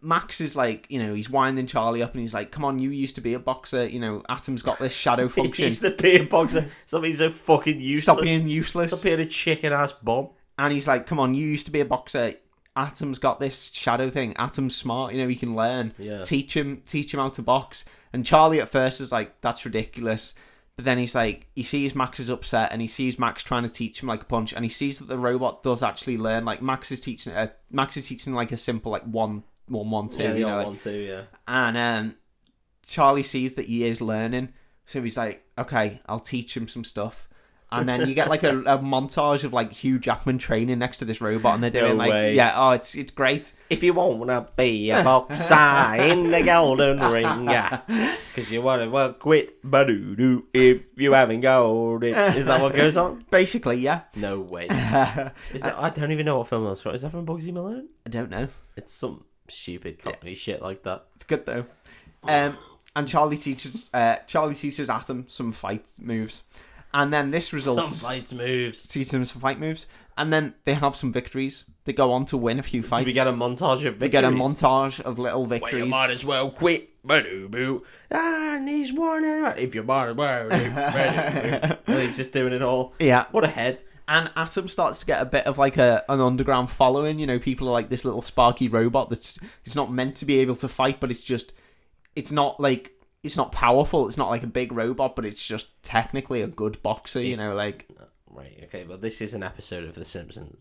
[SPEAKER 2] Max is like, you know, he's winding Charlie up and he's like, come on, you used to be a boxer. You know, Atom's got this shadow function.
[SPEAKER 3] He's the beer boxer. Something's so fucking useless.
[SPEAKER 2] Stop being useless.
[SPEAKER 3] Stop being a chicken ass bomb.
[SPEAKER 2] And he's like, come on, you used to be a boxer. Atom's got this shadow thing. Atom's smart. You know, he can learn.
[SPEAKER 3] Yeah.
[SPEAKER 2] Teach him, teach him how to box. And Charlie at first is like, that's ridiculous. But then he's like, he sees Max is upset and he sees Max trying to teach him like a punch and he sees that the robot does actually learn. Like Max is teaching, uh, Max is teaching like a simple like one, one, one, two. you
[SPEAKER 3] Yeah, the
[SPEAKER 2] know,
[SPEAKER 3] old
[SPEAKER 2] like,
[SPEAKER 3] one too. Yeah.
[SPEAKER 2] and um, Charlie sees that he is learning, so he's like, "Okay, I'll teach him some stuff." And then you get like a, a montage of like Hugh Jackman training next to this robot, and they're doing
[SPEAKER 3] No
[SPEAKER 2] like,
[SPEAKER 3] way.
[SPEAKER 2] "Yeah, oh, it's it's great."
[SPEAKER 3] If you wanna be a boxer in the golden ring, because you wanna well quit doo if you haven't gold. It. Is that what goes on?
[SPEAKER 2] Basically, yeah.
[SPEAKER 3] No way.
[SPEAKER 2] I
[SPEAKER 3] Is that? I don't even know what film that's from. Is that from Bugsy Malone?
[SPEAKER 2] don't know.
[SPEAKER 3] It's some stupid comedy shit like that.
[SPEAKER 2] It's good though. Um, and Charlie teaches uh, Charlie teaches Atom some fight moves, and then this
[SPEAKER 3] Some
[SPEAKER 2] results
[SPEAKER 3] fights moves.
[SPEAKER 2] teaches him some fight moves, and then they have some victories. They go on to win a few fights.
[SPEAKER 3] Do we get a montage of victories?
[SPEAKER 2] We get a montage of little
[SPEAKER 3] Well, you
[SPEAKER 2] victories.
[SPEAKER 3] might as well quit. Ba-doo-boo. And he's one and if you might as well. do, ba-doo-boo. and he's just doing it all.
[SPEAKER 2] yeah.
[SPEAKER 3] What a head.
[SPEAKER 2] and Atom starts to get a bit of like a an underground following. You know, people are like this little sparky robot that's it's not meant to be able to fight, but it's just it's not like it's not powerful. It's not like a big robot, but it's just technically a good boxer. You know, like
[SPEAKER 3] Right. Okay. Well, this is an episode of The Simpsons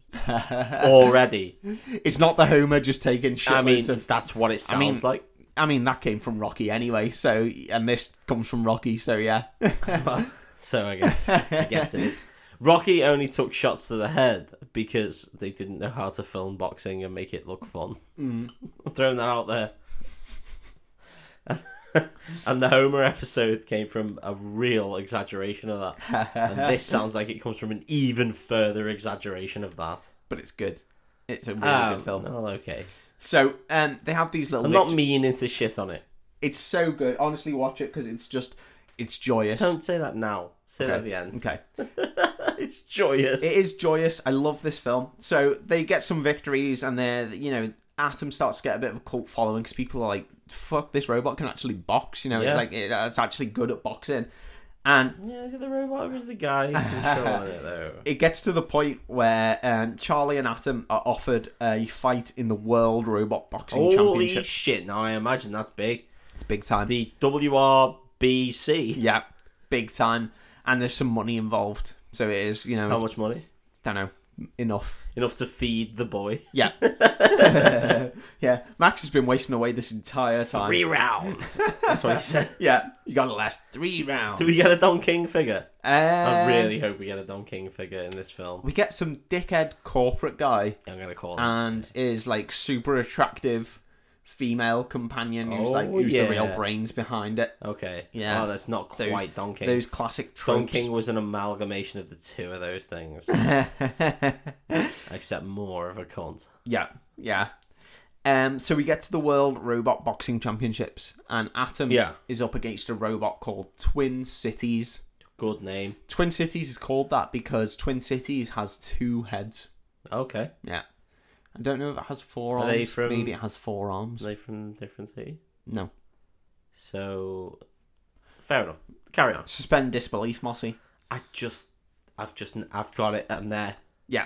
[SPEAKER 3] already.
[SPEAKER 2] It's not the Homer just taking shitloads
[SPEAKER 3] I mean,
[SPEAKER 2] of.
[SPEAKER 3] that's what it sounds
[SPEAKER 2] mean-
[SPEAKER 3] like.
[SPEAKER 2] I mean, that came from Rocky anyway. So, and this comes from Rocky. So yeah,
[SPEAKER 3] so I guess I guess it is. Rocky only took shots to the head because they didn't know how to film boxing and make it look fun.
[SPEAKER 2] Mm.
[SPEAKER 3] I'm throwing that out there. and the Homer episode came from a real exaggeration of that. And this sounds like it comes from an even further exaggeration of that.
[SPEAKER 2] but it's good. It's a really
[SPEAKER 3] Oh,
[SPEAKER 2] good film.
[SPEAKER 3] well, okay.
[SPEAKER 2] So, um, they have these little.
[SPEAKER 3] I'm
[SPEAKER 2] vic-
[SPEAKER 3] not meaning to shit on it.
[SPEAKER 2] It's so good. Honestly, watch it because it's just, it's joyous.
[SPEAKER 3] Don't say that now. Say that at
[SPEAKER 2] Okay.
[SPEAKER 3] the end.
[SPEAKER 2] Okay.
[SPEAKER 3] it's joyous.
[SPEAKER 2] It is joyous. I love this film. So they get some victories, and they're you know Atom starts to get a bit of a cult following because people are like, "Fuck, this robot can actually box." You know,
[SPEAKER 3] Yeah.
[SPEAKER 2] it's like it, it's actually good at boxing, and
[SPEAKER 3] Yeah, is it the robot or is it the guy controlling it though?
[SPEAKER 2] it gets to the point where um, Charlie and Atom are offered a fight in the World Robot Boxing
[SPEAKER 3] Holy
[SPEAKER 2] Championship.
[SPEAKER 3] shit! Now I imagine that's big.
[SPEAKER 2] It's big time.
[SPEAKER 3] The WRBC.
[SPEAKER 2] yeah, big time. And there's some money involved, so it is you know
[SPEAKER 3] How
[SPEAKER 2] it's-
[SPEAKER 3] much money?
[SPEAKER 2] don't know enough.
[SPEAKER 3] Enough to feed the boy.
[SPEAKER 2] Yeah, yeah. Max has been wasting away this entire time.
[SPEAKER 3] Three rounds. That's what he said.
[SPEAKER 2] Yeah, you gotta last three rounds.
[SPEAKER 3] Do we get a Don King figure? I
[SPEAKER 2] Um,
[SPEAKER 3] Oh, really hope we get a Don King figure in this film.
[SPEAKER 2] We get some dickhead corporate guy
[SPEAKER 3] I'm gonna call him.
[SPEAKER 2] and his like super attractive female companion who's
[SPEAKER 3] Oh,
[SPEAKER 2] like who's
[SPEAKER 3] yeah.
[SPEAKER 2] the real brains behind it.
[SPEAKER 3] okay.
[SPEAKER 2] yeah.
[SPEAKER 3] Oh, that's not
[SPEAKER 2] Those-
[SPEAKER 3] quite Don King.
[SPEAKER 2] Those classic
[SPEAKER 3] Don
[SPEAKER 2] tropes.
[SPEAKER 3] King was an amalgamation of the two of those things, except more of a cunt.
[SPEAKER 2] yeah, yeah. Um, so we get to the World Robot Boxing Championships, and Atom
[SPEAKER 3] Yeah.
[SPEAKER 2] is up against a robot called Twin Cities.
[SPEAKER 3] Good name.
[SPEAKER 2] Twin Cities is called that because Twin Cities has two heads.
[SPEAKER 3] Okay.
[SPEAKER 2] Yeah. I don't know if it has four
[SPEAKER 3] Are
[SPEAKER 2] arms.
[SPEAKER 3] they from-
[SPEAKER 2] Maybe it has four arms.
[SPEAKER 3] Are they from different city?
[SPEAKER 2] No.
[SPEAKER 3] So, fair enough. Carry on.
[SPEAKER 2] Suspend disbelief, Mossy.
[SPEAKER 3] I just, I've just, I've got it, and there.
[SPEAKER 2] Yeah.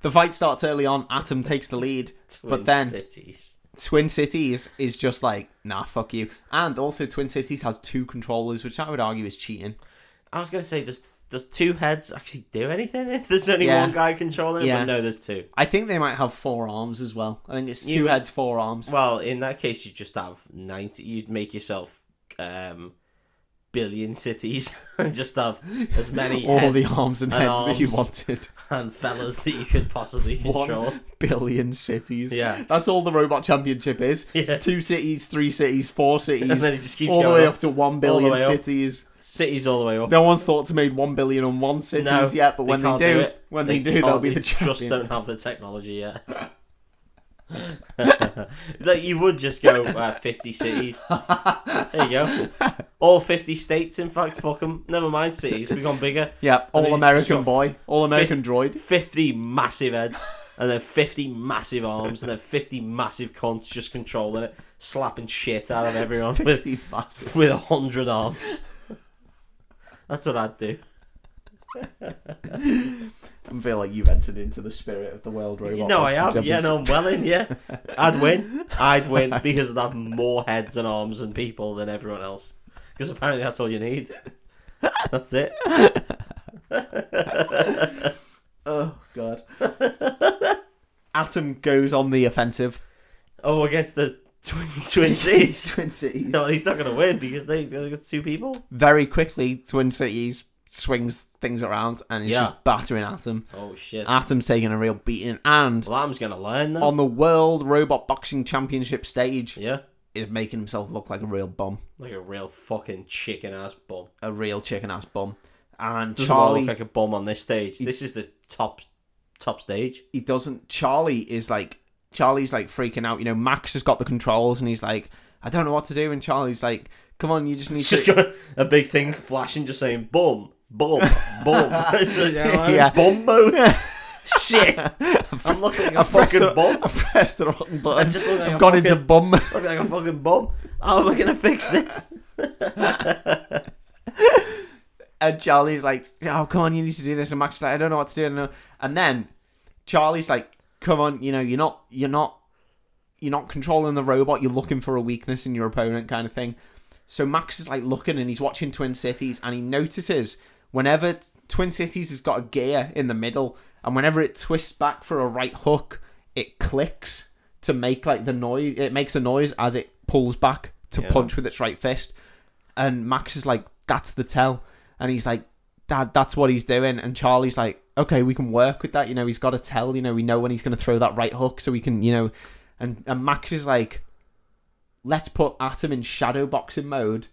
[SPEAKER 2] The fight starts early on. Atom takes the lead.
[SPEAKER 3] Twin
[SPEAKER 2] But then-
[SPEAKER 3] cities.
[SPEAKER 2] Twin Cities is just like, nah, fuck you. And also, Twin Cities has two controllers, which I would argue is cheating.
[SPEAKER 3] I was gonna say, does does two heads actually do anything if there's only
[SPEAKER 2] Yeah.
[SPEAKER 3] one guy controlling? it?
[SPEAKER 2] Yeah.
[SPEAKER 3] But no, there's two.
[SPEAKER 2] I think they might have four arms as well. I think it's two
[SPEAKER 3] You-
[SPEAKER 2] heads, four arms.
[SPEAKER 3] Well, in that case, you just have ninety. You'd make yourself um, billion cities and just have as many
[SPEAKER 2] All
[SPEAKER 3] heads
[SPEAKER 2] the arms and heads that you
[SPEAKER 3] arms
[SPEAKER 2] wanted.
[SPEAKER 3] and fellas that you could possibly control.
[SPEAKER 2] One billion cities.
[SPEAKER 3] Yeah.
[SPEAKER 2] That's all the robot championship is.
[SPEAKER 3] Yeah.
[SPEAKER 2] It's two cities, three cities, four cities.
[SPEAKER 3] And then it just keeps
[SPEAKER 2] all the
[SPEAKER 3] going
[SPEAKER 2] way
[SPEAKER 3] up.
[SPEAKER 2] up to one billion
[SPEAKER 3] way up.
[SPEAKER 2] cities.
[SPEAKER 3] Cities all the way up.
[SPEAKER 2] No one's thought to made one billion on one cities
[SPEAKER 3] No,
[SPEAKER 2] yet, but when they
[SPEAKER 3] can't
[SPEAKER 2] do,
[SPEAKER 3] it.
[SPEAKER 2] when they, do, they'll
[SPEAKER 3] can't.
[SPEAKER 2] be
[SPEAKER 3] They
[SPEAKER 2] the champion.
[SPEAKER 3] Just don't have the technology yet. like you would just go uh, fifty cities. There you go. All fifty states, in fact. Fuck 'em. Never mind cities. We've gone bigger.
[SPEAKER 2] Yeah, all
[SPEAKER 3] he's just
[SPEAKER 2] American
[SPEAKER 3] got
[SPEAKER 2] boy, all American droid.
[SPEAKER 3] Fifty massive heads, and then fifty massive arms, and then fifty massive cons just controlling it, slapping shit out of everyone with
[SPEAKER 2] Fifty massive.
[SPEAKER 3] with a hundred arms. That's what I'd do.
[SPEAKER 2] I feel like you've entered into the spirit of the world robot.
[SPEAKER 3] You know I
[SPEAKER 2] boxing
[SPEAKER 3] have, yeah,
[SPEAKER 2] championship.
[SPEAKER 3] no, I'm well in, yeah. I'd win. I'd win because I'd have more heads and arms and people than everyone else. Because apparently that's all you need. That's it.
[SPEAKER 2] Oh god. Atom goes on the offensive.
[SPEAKER 3] Oh, against the twin, twin cities.
[SPEAKER 2] Twin Cities.
[SPEAKER 3] No, he's not going to win because they, they got two people.
[SPEAKER 2] Very quickly, Twin Cities swings things around and is
[SPEAKER 3] Yeah.
[SPEAKER 2] just battering Atom.
[SPEAKER 3] Oh, shit.
[SPEAKER 2] Atom's taking a real beating, and
[SPEAKER 3] well, I'm going to learn them.
[SPEAKER 2] Ah. on the World Robot Boxing Championship stage,
[SPEAKER 3] yeah.
[SPEAKER 2] is making himself look like a real bum,
[SPEAKER 3] Like a real fucking chicken ass bomb.
[SPEAKER 2] a real chicken ass bum. And
[SPEAKER 3] Doesn't want to
[SPEAKER 2] Charlie,
[SPEAKER 3] look like a bomb on this stage. This is the top top stage.
[SPEAKER 2] he doesn't. Charlie is like, Charlie's like freaking out. You know, Max has got the controls, and he's like, I don't know what to do. And Charlie's like, Come on, you just need
[SPEAKER 3] It's
[SPEAKER 2] to.
[SPEAKER 3] just got a, a big thing flashing, just saying boom, boom, boom. It's just, you know, I'm in
[SPEAKER 2] Yeah.
[SPEAKER 3] Bomb mode. Shit. I'm looking like a
[SPEAKER 2] pressed
[SPEAKER 3] fucking
[SPEAKER 2] the-
[SPEAKER 3] bomb.
[SPEAKER 2] I pressed the wrong button.
[SPEAKER 3] I just look like
[SPEAKER 2] I've
[SPEAKER 3] a
[SPEAKER 2] gone into
[SPEAKER 3] fucking-
[SPEAKER 2] bum.
[SPEAKER 3] Look like a fucking bomb. How am I gonna fix this?
[SPEAKER 2] And Charlie's like, Oh, come on, you need to do this. And Max is like, I don't know what to do. I don't know." And then Charlie's like, Come on, you know, you're not, you're not. You're not controlling the robot. You're looking for a weakness in your opponent, kind of thing. So Max is like looking and he's watching Twin Cities and he notices whenever t- Twin Cities has got a gear in the middle, and whenever it twists back for a right hook, it clicks to make like the noise. It makes a noise as it pulls back to
[SPEAKER 3] Yeah.
[SPEAKER 2] punch with its right fist. And Max is like, "That's the tell," and he's like, "Dad, that's what he's doing." And Charlie's like, "Okay, we can work with that. You know, he's got a tell. You know, we know when he's going to throw that right hook, so we can, you know." And and Max is like, "Let's put Atom in shadow boxing mode."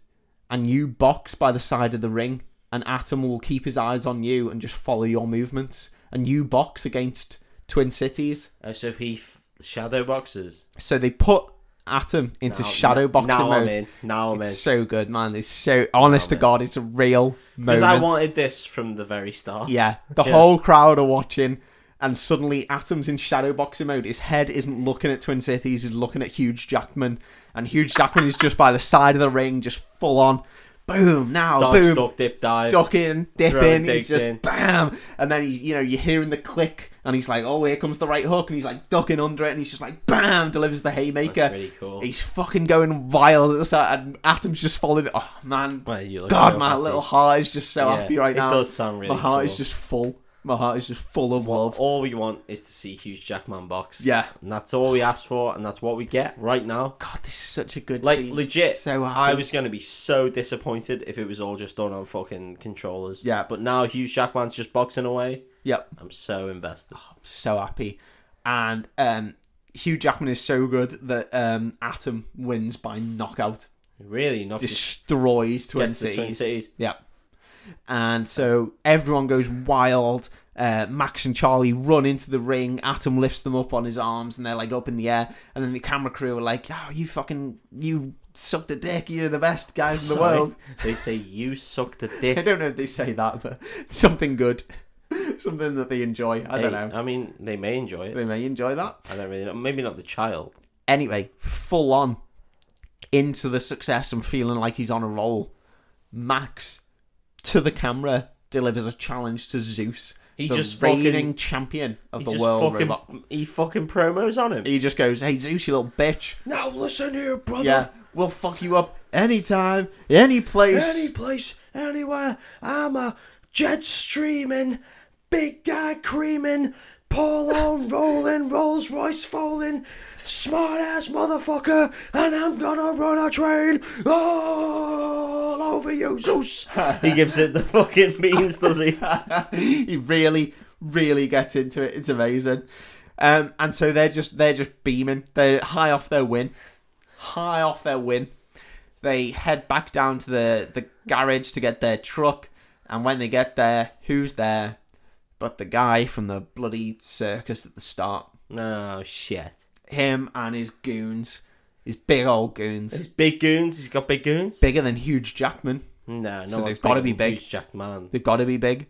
[SPEAKER 2] and you box by the side of the ring, and Atom will keep his eyes on you and just follow your movements. And you box against Twin Cities.
[SPEAKER 3] Oh, so he f- shadow boxes
[SPEAKER 2] So they put Atom into
[SPEAKER 3] Now-
[SPEAKER 2] shadow boxing
[SPEAKER 3] Now
[SPEAKER 2] mode.
[SPEAKER 3] I'm in. Now I'm in.
[SPEAKER 2] It's so good, man. It's so honest to
[SPEAKER 3] Oh, man.
[SPEAKER 2] God, it's a real
[SPEAKER 3] Because
[SPEAKER 2] moment.
[SPEAKER 3] I wanted this from the very start.
[SPEAKER 2] yeah, the
[SPEAKER 3] Yeah.
[SPEAKER 2] whole crowd are watching, and suddenly Atom's in shadow boxing mode. His head isn't looking at Twin Cities; he's looking at Huge Jackman, and Huge Jackman is just by the side of the ring, just full on. Boom! Now,
[SPEAKER 3] Dodge,
[SPEAKER 2] boom!
[SPEAKER 3] duck, dip, dive.
[SPEAKER 2] duck in, dip
[SPEAKER 3] Throw
[SPEAKER 2] in,
[SPEAKER 3] the
[SPEAKER 2] he's
[SPEAKER 3] digs
[SPEAKER 2] just
[SPEAKER 3] in.
[SPEAKER 2] bam, and then he, you know, you're hearing the click, and he's like, oh, here comes the right hook, and he's like ducking under it, and he's just like bam, delivers the haymaker.
[SPEAKER 3] That's really cool.
[SPEAKER 2] He's fucking going wild at the side, and Atom's just following. Oh man,
[SPEAKER 3] Well, you look
[SPEAKER 2] God,
[SPEAKER 3] so
[SPEAKER 2] my
[SPEAKER 3] happy.
[SPEAKER 2] little heart is just so
[SPEAKER 3] Yeah,
[SPEAKER 2] happy right
[SPEAKER 3] it
[SPEAKER 2] now.
[SPEAKER 3] does sound really
[SPEAKER 2] my heart
[SPEAKER 3] cool.
[SPEAKER 2] is just full. My heart is just full of love.
[SPEAKER 3] All we want is to see Huge Jackman box.
[SPEAKER 2] Yeah.
[SPEAKER 3] And that's all we asked for, and that's what we get right now.
[SPEAKER 2] God, this is such a good
[SPEAKER 3] Like,
[SPEAKER 2] scene.
[SPEAKER 3] legit,
[SPEAKER 2] So happy.
[SPEAKER 3] I was going to be so disappointed if it was all just done on fucking controllers.
[SPEAKER 2] Yeah.
[SPEAKER 3] But now Huge Jackman's just boxing away.
[SPEAKER 2] Yep.
[SPEAKER 3] I'm so invested.
[SPEAKER 2] so happy. And um, Hugh Jackman is so good that um, Atom wins by knockout,
[SPEAKER 3] Really, not just
[SPEAKER 2] destroys Twin
[SPEAKER 3] gets the
[SPEAKER 2] Cities.
[SPEAKER 3] Twin Cities.
[SPEAKER 2] Yeah. And so everyone goes wild. Uh, Max and Charlie run into the ring. Atom lifts them up on his arms, and they're like up in the air. And then the camera crew are like, "Oh, you fucking you sucked a dick. You're the best guys in the
[SPEAKER 3] Sorry.
[SPEAKER 2] world."
[SPEAKER 3] They say you sucked a
[SPEAKER 2] I
[SPEAKER 3] dick.
[SPEAKER 2] don't know if they say that, but something good, something that they enjoy. I don't
[SPEAKER 3] Hey, uh,
[SPEAKER 2] know.
[SPEAKER 3] I mean, they may enjoy it.
[SPEAKER 2] They may enjoy that.
[SPEAKER 3] I don't really know. Maybe not the child.
[SPEAKER 2] anyway, full on into the success and feeling like he's on a roll. Max to the camera delivers a challenge to Zeus,
[SPEAKER 3] He
[SPEAKER 2] the
[SPEAKER 3] just fucking-
[SPEAKER 2] reigning champion of
[SPEAKER 3] He
[SPEAKER 2] the
[SPEAKER 3] just
[SPEAKER 2] world
[SPEAKER 3] fucking
[SPEAKER 2] robot.
[SPEAKER 3] he fucking promos on him.
[SPEAKER 2] He just goes, "Hey Zeus, you little bitch!
[SPEAKER 3] Now listen here, brother.
[SPEAKER 2] Yeah, we'll fuck you up anytime, any place."
[SPEAKER 3] Any place, anywhere. I'm a jet streaming, big guy creaming, Paul on rolling, Rolls Royce falling, smart ass motherfucker, and I'm gonna run a train all over you, Zeus. he gives it the fucking means, does he?
[SPEAKER 2] he really, really gets into it. It's amazing. Um, and so they're just they're just beaming. They're high off their win, high off their win. They head back down to the the garage to get their truck. And when they get there, who's there? But the guy from the bloody circus at the start.
[SPEAKER 3] No shit.
[SPEAKER 2] Him and his goons, his big old goons,
[SPEAKER 3] His big goons. He's got big goons.
[SPEAKER 2] bigger than Huge Jackman.
[SPEAKER 3] No, no.
[SPEAKER 2] So
[SPEAKER 3] one's
[SPEAKER 2] they've gotta
[SPEAKER 3] bigger
[SPEAKER 2] be
[SPEAKER 3] than
[SPEAKER 2] big.
[SPEAKER 3] Huge Jack man.
[SPEAKER 2] They've got to be big.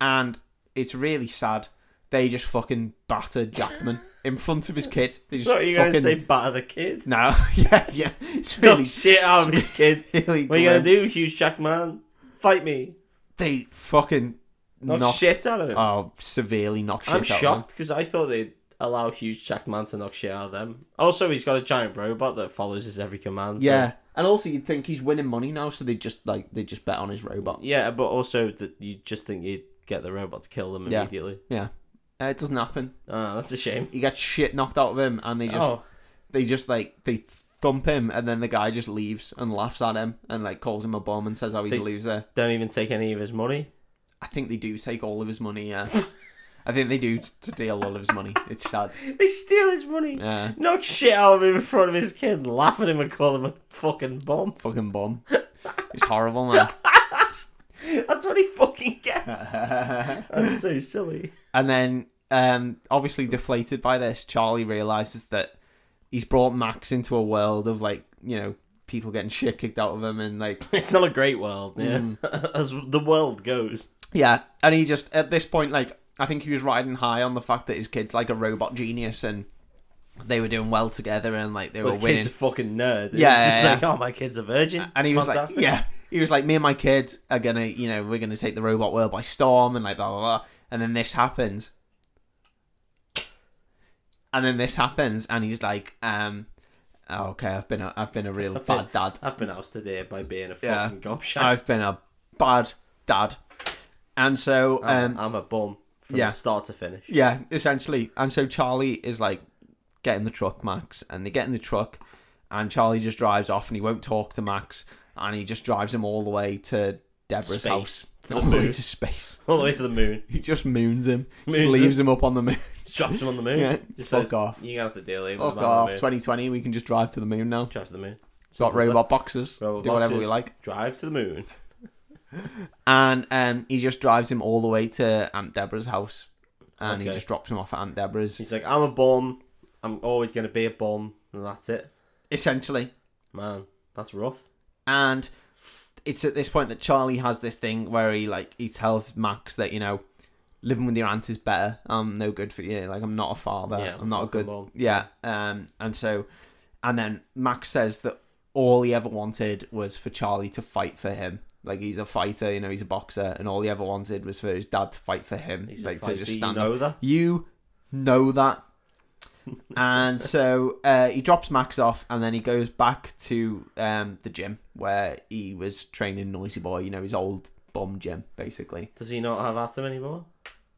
[SPEAKER 2] And it's really sad. They just fucking batter Jackman in front of his kid. They just
[SPEAKER 3] What are you
[SPEAKER 2] fucking
[SPEAKER 3] gonna say? Batter the kid.
[SPEAKER 2] no, yeah, yeah. It's
[SPEAKER 3] Knock
[SPEAKER 2] really,
[SPEAKER 3] shit out of his kid.
[SPEAKER 2] really.
[SPEAKER 3] What are you gonna
[SPEAKER 2] grim.
[SPEAKER 3] do, Huge Jackman? Fight me.
[SPEAKER 2] They fucking
[SPEAKER 3] Knock
[SPEAKER 2] knock,
[SPEAKER 3] shit out of him.
[SPEAKER 2] oh, severely knock shit
[SPEAKER 3] I'm
[SPEAKER 2] out of him.
[SPEAKER 3] shocked because I thought they'd allow Huge Jackman to knock shit out of them. Also, he's got a giant robot that follows his every command. so-
[SPEAKER 2] Yeah, and also you'd think he's winning money now, so they just like they just bet on his robot.
[SPEAKER 3] Yeah, but also that you just think you'd get the robot to kill them
[SPEAKER 2] Yeah.
[SPEAKER 3] immediately.
[SPEAKER 2] Yeah, uh, it doesn't happen.
[SPEAKER 3] Ah, that's a shame.
[SPEAKER 2] He gets shit knocked out of him, and they just
[SPEAKER 3] oh,
[SPEAKER 2] they just like they thump him, and then the guy just leaves and laughs at him and like calls him a bum and says how he's
[SPEAKER 3] They-
[SPEAKER 2] a loser.
[SPEAKER 3] don't even take any of his money.
[SPEAKER 2] I think they do take all of his money. Yeah, I think they do steal all of his money. It's sad.
[SPEAKER 3] They steal his money.
[SPEAKER 2] Yeah,
[SPEAKER 3] Knock shit out of him in front of his kid, laugh at him and call him a fucking bomb.
[SPEAKER 2] fucking bum. It's horrible, man.
[SPEAKER 3] That's what he fucking gets. That's so silly.
[SPEAKER 2] and then, um, obviously deflated by this, Charlie realizes that he's brought Max into a world of like you know people getting shit kicked out of him and like
[SPEAKER 3] It's not a great world, yeah.
[SPEAKER 2] Mm.
[SPEAKER 3] As the world goes.
[SPEAKER 2] Yeah, and he just at this point, like I think he was riding high on the fact that his kid's like a robot genius, and they were doing well together, and like they
[SPEAKER 3] Well,
[SPEAKER 2] were
[SPEAKER 3] his
[SPEAKER 2] winning.
[SPEAKER 3] kid's a fucking nerd.
[SPEAKER 2] Yeah,
[SPEAKER 3] it's just
[SPEAKER 2] yeah,
[SPEAKER 3] like, oh, my kid's a virgin.
[SPEAKER 2] and he
[SPEAKER 3] It's
[SPEAKER 2] was
[SPEAKER 3] fantastic.
[SPEAKER 2] like, yeah, he was like, me and my kid are gonna, you know, we're gonna take the robot world by storm, and like blah blah blah. And then this happens, and then this happens, and he's like, um, "Oh, okay, I've been a, I've been a real bad dad.
[SPEAKER 3] I've been ousted here by being a
[SPEAKER 2] Yeah.
[SPEAKER 3] fucking gobshite.
[SPEAKER 2] I've been a bad dad. And so,
[SPEAKER 3] I'm,
[SPEAKER 2] um,
[SPEAKER 3] I'm a bum from
[SPEAKER 2] yeah.
[SPEAKER 3] start to finish.
[SPEAKER 2] yeah, essentially. And so Charlie is like, get in the truck, Max. And they get in the truck, and Charlie just drives off and he won't talk to Max. And he just drives him all the way to Deborah's
[SPEAKER 3] Space.
[SPEAKER 2] house.
[SPEAKER 3] To the
[SPEAKER 2] all the way
[SPEAKER 3] moon.
[SPEAKER 2] to space.
[SPEAKER 3] All the way to the moon.
[SPEAKER 2] He just moons him.
[SPEAKER 3] Moons
[SPEAKER 2] just
[SPEAKER 3] him.
[SPEAKER 2] leaves him up on the moon.
[SPEAKER 3] Drops him on the moon.
[SPEAKER 2] Yeah,
[SPEAKER 3] Just
[SPEAKER 2] fuck
[SPEAKER 3] says,
[SPEAKER 2] off.
[SPEAKER 3] You're going to have to deal with
[SPEAKER 2] Fuck
[SPEAKER 3] the man on
[SPEAKER 2] off.
[SPEAKER 3] the moon."
[SPEAKER 2] 2020, we can just drive to the moon now.
[SPEAKER 3] Drive to the moon.
[SPEAKER 2] Got
[SPEAKER 3] Simple as
[SPEAKER 2] robot boxes.
[SPEAKER 3] that. Robot
[SPEAKER 2] do whatever we
[SPEAKER 3] boxes,
[SPEAKER 2] like.
[SPEAKER 3] Drive to the moon.
[SPEAKER 2] And um, he just drives him all the way to Aunt Deborah's house. And he
[SPEAKER 3] Okay.
[SPEAKER 2] just drops him off at Aunt Deborah's.
[SPEAKER 3] He's like, I'm a bum. I'm always going to be a bum. And that's it.
[SPEAKER 2] Essentially.
[SPEAKER 3] Man, that's rough.
[SPEAKER 2] And it's at this point that Charlie has this thing where he like he tells Max that, you know, living with your aunt is better. I'm no good for you. Like I'm not a father.
[SPEAKER 3] Yeah,
[SPEAKER 2] I'm not a
[SPEAKER 3] fucking
[SPEAKER 2] good
[SPEAKER 3] bum.
[SPEAKER 2] Yeah. Um and so and then Max says that all he ever wanted was for Charlie to fight for him. Like he's a fighter, you know, he's a boxer, and all he ever wanted was for his dad to fight for him.
[SPEAKER 3] He's
[SPEAKER 2] like
[SPEAKER 3] a fighter,
[SPEAKER 2] to just
[SPEAKER 3] you
[SPEAKER 2] stand up.
[SPEAKER 3] know that.
[SPEAKER 2] You know that. and so uh, he drops Max off, and then he goes back to um, the gym where he was training Noisy Boy. You know his old bum gym, basically.
[SPEAKER 3] Does he not have atom anymore?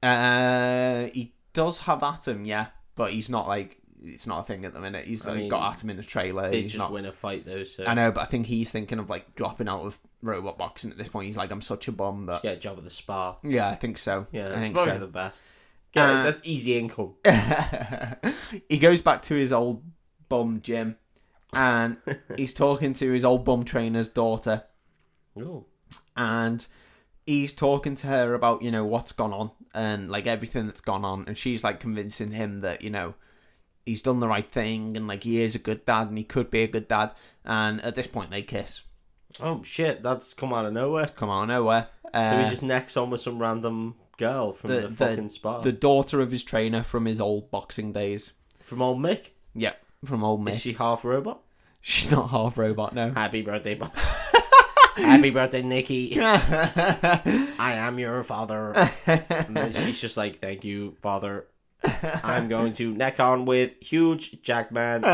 [SPEAKER 2] Uh, he does have Atom, yeah, but he's not like it's not a thing at the minute. He's
[SPEAKER 3] I
[SPEAKER 2] like,
[SPEAKER 3] mean,
[SPEAKER 2] got Atom in his trailer.
[SPEAKER 3] They
[SPEAKER 2] he's
[SPEAKER 3] just
[SPEAKER 2] not.
[SPEAKER 3] win a fight though, so
[SPEAKER 2] I know, but I think he's thinking of like dropping out of robot boxing at this point. He's like, I'm such a bum,
[SPEAKER 3] just
[SPEAKER 2] but
[SPEAKER 3] get a job at the spa.
[SPEAKER 2] yeah, I think so.
[SPEAKER 3] Yeah,
[SPEAKER 2] I
[SPEAKER 3] that's
[SPEAKER 2] think
[SPEAKER 3] probably
[SPEAKER 2] so.
[SPEAKER 3] the best. Get it,
[SPEAKER 2] Uh,
[SPEAKER 3] that's easy income.
[SPEAKER 2] he goes back to his old bum gym and he's talking to his old bum trainer's daughter
[SPEAKER 3] Ooh.
[SPEAKER 2] and he's talking to her about you know what's gone on and like everything that's gone on and she's like convincing him that you know he's done the right thing and like he is a good dad and he could be a good dad and at this point they kiss
[SPEAKER 3] Oh shit, that's come out of nowhere.
[SPEAKER 2] come out of nowhere
[SPEAKER 3] so
[SPEAKER 2] uh,
[SPEAKER 3] he's just necks on with some random girl from
[SPEAKER 2] the-
[SPEAKER 3] the,
[SPEAKER 2] the-
[SPEAKER 3] fucking spa.
[SPEAKER 2] the daughter of his trainer from his old boxing days
[SPEAKER 3] From old Mick.
[SPEAKER 2] yep from old me
[SPEAKER 3] Is she half robot?
[SPEAKER 2] she's not half robot now
[SPEAKER 3] Happy birthday, Bob. Happy birthday, Nikki. I am your father. and then she's just like, thank you, father. I'm going to neck on with huge Jackman.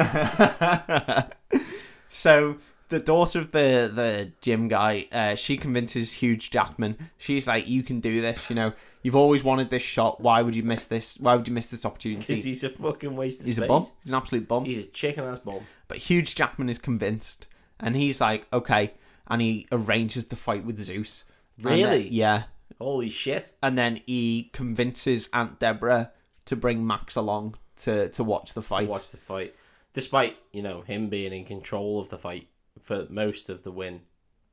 [SPEAKER 2] so the daughter of the the gym guy, uh, she convinces Huge Jackman. She's like, "You can do this. You know, you've always wanted this shot. Why would you miss this? Why would you miss this opportunity?
[SPEAKER 3] Because he's a fucking waste of
[SPEAKER 2] He's
[SPEAKER 3] space.
[SPEAKER 2] a bomb. He's an absolute bomb."
[SPEAKER 3] He's a chicken ass bomb.
[SPEAKER 2] But Huge Jackman is convinced, and he's like, "Okay," and he arranges the fight with Zeus. And then-
[SPEAKER 3] Really?
[SPEAKER 2] yeah.
[SPEAKER 3] Holy shit.
[SPEAKER 2] And then he convinces Aunt Deborah to bring Max along to to watch the
[SPEAKER 3] I
[SPEAKER 2] fight.
[SPEAKER 3] watched the fight. Despite, you know, him being in control of the fight for most of the win.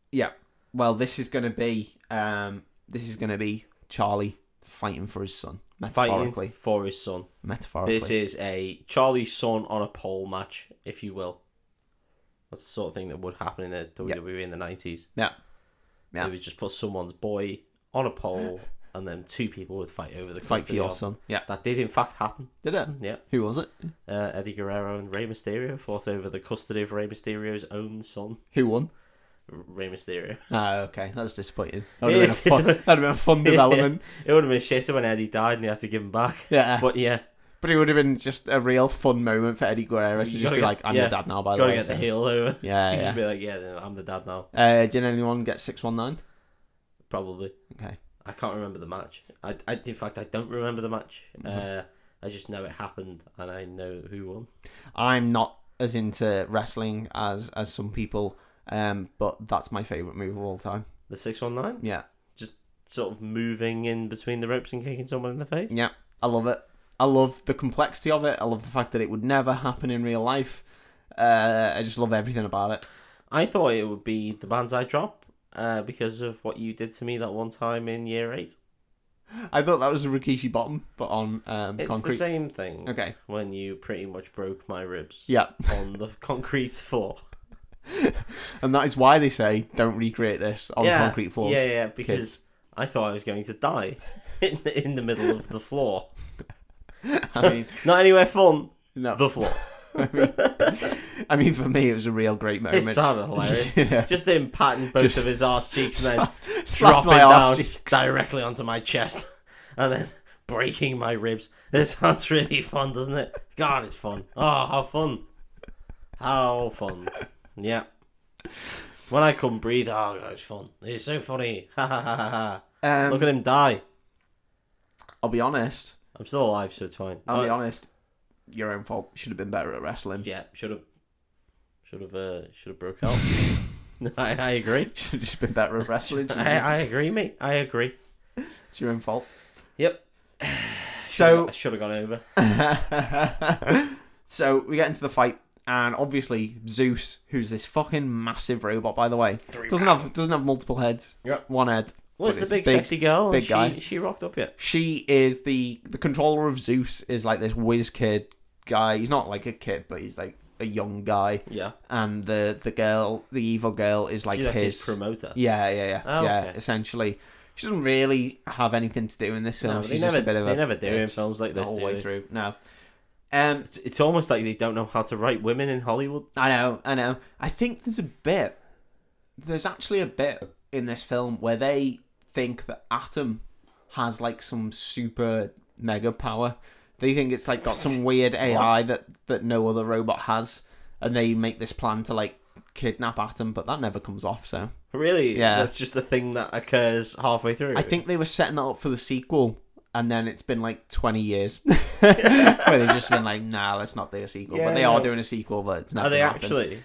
[SPEAKER 2] Yeah. Well, this is going to be um, this is going to be Charlie fighting for his son, metaphorically.
[SPEAKER 3] Fighting for his son.
[SPEAKER 2] Metaphorically.
[SPEAKER 3] This is a Charlie's son on a pole match, if you will. That's the sort of thing that would happen in the WWE in the nineties.
[SPEAKER 2] yeah. Yeah.
[SPEAKER 3] They would just put someone's boy on a pole, and then two people would fight over the
[SPEAKER 2] Fight for
[SPEAKER 3] custody
[SPEAKER 2] your
[SPEAKER 3] of-
[SPEAKER 2] son. Yeah.
[SPEAKER 3] That did in fact happen.
[SPEAKER 2] Did it?
[SPEAKER 3] Yeah,
[SPEAKER 2] Who was it?
[SPEAKER 3] uh, Eddie Guerrero and Rey Mysterio fought over the custody of Rey Mysterio's own son,
[SPEAKER 2] Who won?
[SPEAKER 3] Rey Mysterio.
[SPEAKER 2] Oh, okay. That was disappointing. That
[SPEAKER 3] It
[SPEAKER 2] would have been, a
[SPEAKER 3] is
[SPEAKER 2] fun-
[SPEAKER 3] disappointing.
[SPEAKER 2] that'd have been a fun development.
[SPEAKER 3] it would have been shitter when Eddie died and they had to give him back.
[SPEAKER 2] Yeah. But,
[SPEAKER 3] But yeah,
[SPEAKER 2] it would have been just a real fun moment for Eddie Guerrero to
[SPEAKER 3] You
[SPEAKER 2] just
[SPEAKER 3] gotta
[SPEAKER 2] be
[SPEAKER 3] get-
[SPEAKER 2] like, I'm
[SPEAKER 3] yeah.
[SPEAKER 2] your dad now, by the
[SPEAKER 3] gotta
[SPEAKER 2] way.
[SPEAKER 3] get the
[SPEAKER 2] so-
[SPEAKER 3] heel over.
[SPEAKER 2] Yeah,
[SPEAKER 3] He'd just
[SPEAKER 2] yeah.
[SPEAKER 3] be like, yeah, I'm the dad now,
[SPEAKER 2] Uh, did anyone get 619?
[SPEAKER 3] probably.
[SPEAKER 2] Okay.
[SPEAKER 3] I can't remember the match. I, I in fact, I don't remember the match.
[SPEAKER 2] Mm-hmm.
[SPEAKER 3] Uh, I just know it happened, and I know who won.
[SPEAKER 2] I'm not as into wrestling as, as some people, um, but that's my favourite move of all time.
[SPEAKER 3] The six one nine,
[SPEAKER 2] Yeah.
[SPEAKER 3] just sort of moving in between the ropes and kicking someone in the face.
[SPEAKER 2] Yeah, I love it. I love the complexity of it. I love the fact that it would never happen in real life. Uh, I just love everything about it.
[SPEAKER 3] I thought it would be the Banzai drop, uh, because of what you did to me that one time in year eight.
[SPEAKER 2] I thought that was a Rikishi bottom, but on um,
[SPEAKER 3] It's
[SPEAKER 2] concrete.
[SPEAKER 3] the same thing.
[SPEAKER 2] Okay.
[SPEAKER 3] When you pretty much broke my ribs.
[SPEAKER 2] Yeah,
[SPEAKER 3] On the concrete floor.
[SPEAKER 2] and that is why they say don't recreate this on
[SPEAKER 3] yeah.
[SPEAKER 2] concrete floors.
[SPEAKER 3] Yeah, yeah, because I thought I was going to die in the, in the middle of the floor.
[SPEAKER 2] I mean,
[SPEAKER 3] Not anywhere fun.
[SPEAKER 2] no.
[SPEAKER 3] The floor.
[SPEAKER 2] I, mean, I mean, for me, it was a real great moment.
[SPEAKER 3] It sounded hilarious.
[SPEAKER 2] Yeah.
[SPEAKER 3] Just him patting both
[SPEAKER 2] Just-
[SPEAKER 3] of his arse cheeks and then
[SPEAKER 2] Slapped
[SPEAKER 3] dropping
[SPEAKER 2] my arse
[SPEAKER 3] down
[SPEAKER 2] cheeks.
[SPEAKER 3] directly onto my chest and then breaking my ribs. This sounds really fun, doesn't it? God, it's fun. Oh, how fun. How fun. Yeah. When I couldn't breathe, oh, God, it's fun. It's so funny. Ha ha ha ha ha.
[SPEAKER 2] Um,
[SPEAKER 3] Look at him die.
[SPEAKER 2] I'll be honest.
[SPEAKER 3] I'm still alive, so it's fine.
[SPEAKER 2] I'll
[SPEAKER 3] Oh,
[SPEAKER 2] be honest. Your own fault. You Should have been better at wrestling.
[SPEAKER 3] Yeah, should have, should have, uh, should have broke out. I, I agree.
[SPEAKER 2] Should have just been better at wrestling. shouldn't
[SPEAKER 3] I,
[SPEAKER 2] you?
[SPEAKER 3] I agree, mate. I agree.
[SPEAKER 2] it's your own fault.
[SPEAKER 3] Yep.
[SPEAKER 2] So
[SPEAKER 3] I should have gone over.
[SPEAKER 2] so we get into the fight, and obviously Zeus, who's this fucking massive robot, by the way, does doesn't have doesn't have multiple heads.
[SPEAKER 3] Yep.
[SPEAKER 2] One head.
[SPEAKER 3] What's
[SPEAKER 2] But
[SPEAKER 3] the
[SPEAKER 2] it's
[SPEAKER 3] big, sexy girl?
[SPEAKER 2] big
[SPEAKER 3] she,
[SPEAKER 2] guy.
[SPEAKER 3] She rocked up yet?
[SPEAKER 2] She is the the controller of Zeus. Is like this whiz kid guy. He's not like a kid, but he's like a young guy.
[SPEAKER 3] Yeah.
[SPEAKER 2] And the the girl, the evil girl, is like
[SPEAKER 3] She's like his,
[SPEAKER 2] his.
[SPEAKER 3] promoter.
[SPEAKER 2] yeah, yeah, yeah,
[SPEAKER 3] Oh,
[SPEAKER 2] yeah.
[SPEAKER 3] okay.
[SPEAKER 2] Essentially, she doesn't really have anything to do in this film.
[SPEAKER 3] No,
[SPEAKER 2] She's
[SPEAKER 3] they
[SPEAKER 2] just
[SPEAKER 3] never,
[SPEAKER 2] a bit of
[SPEAKER 3] they
[SPEAKER 2] a
[SPEAKER 3] never do in
[SPEAKER 2] bitch
[SPEAKER 3] films like
[SPEAKER 2] the
[SPEAKER 3] this,
[SPEAKER 2] whole
[SPEAKER 3] do
[SPEAKER 2] way
[SPEAKER 3] they?
[SPEAKER 2] through. No. Um,
[SPEAKER 3] It's, it's almost like they don't know how to write women in Hollywood.
[SPEAKER 2] I know, I know. I think there's a bit. There's actually a bit in this film where they think that Atom has like some super mega power. They think it's like got some weird AI that that no other robot has, and they make this plan to like kidnap Atom, but that never comes off. So
[SPEAKER 3] Really?
[SPEAKER 2] Yeah.
[SPEAKER 3] That's just a thing that occurs halfway through.
[SPEAKER 2] I think they were setting it up for the sequel. And then it's been like twenty years where they've just been like, "Nah, let's not do a sequel." but
[SPEAKER 3] Yeah,
[SPEAKER 2] they are
[SPEAKER 3] no.
[SPEAKER 2] doing a sequel, but it's not.
[SPEAKER 3] Are they
[SPEAKER 2] gonna happen.
[SPEAKER 3] actually?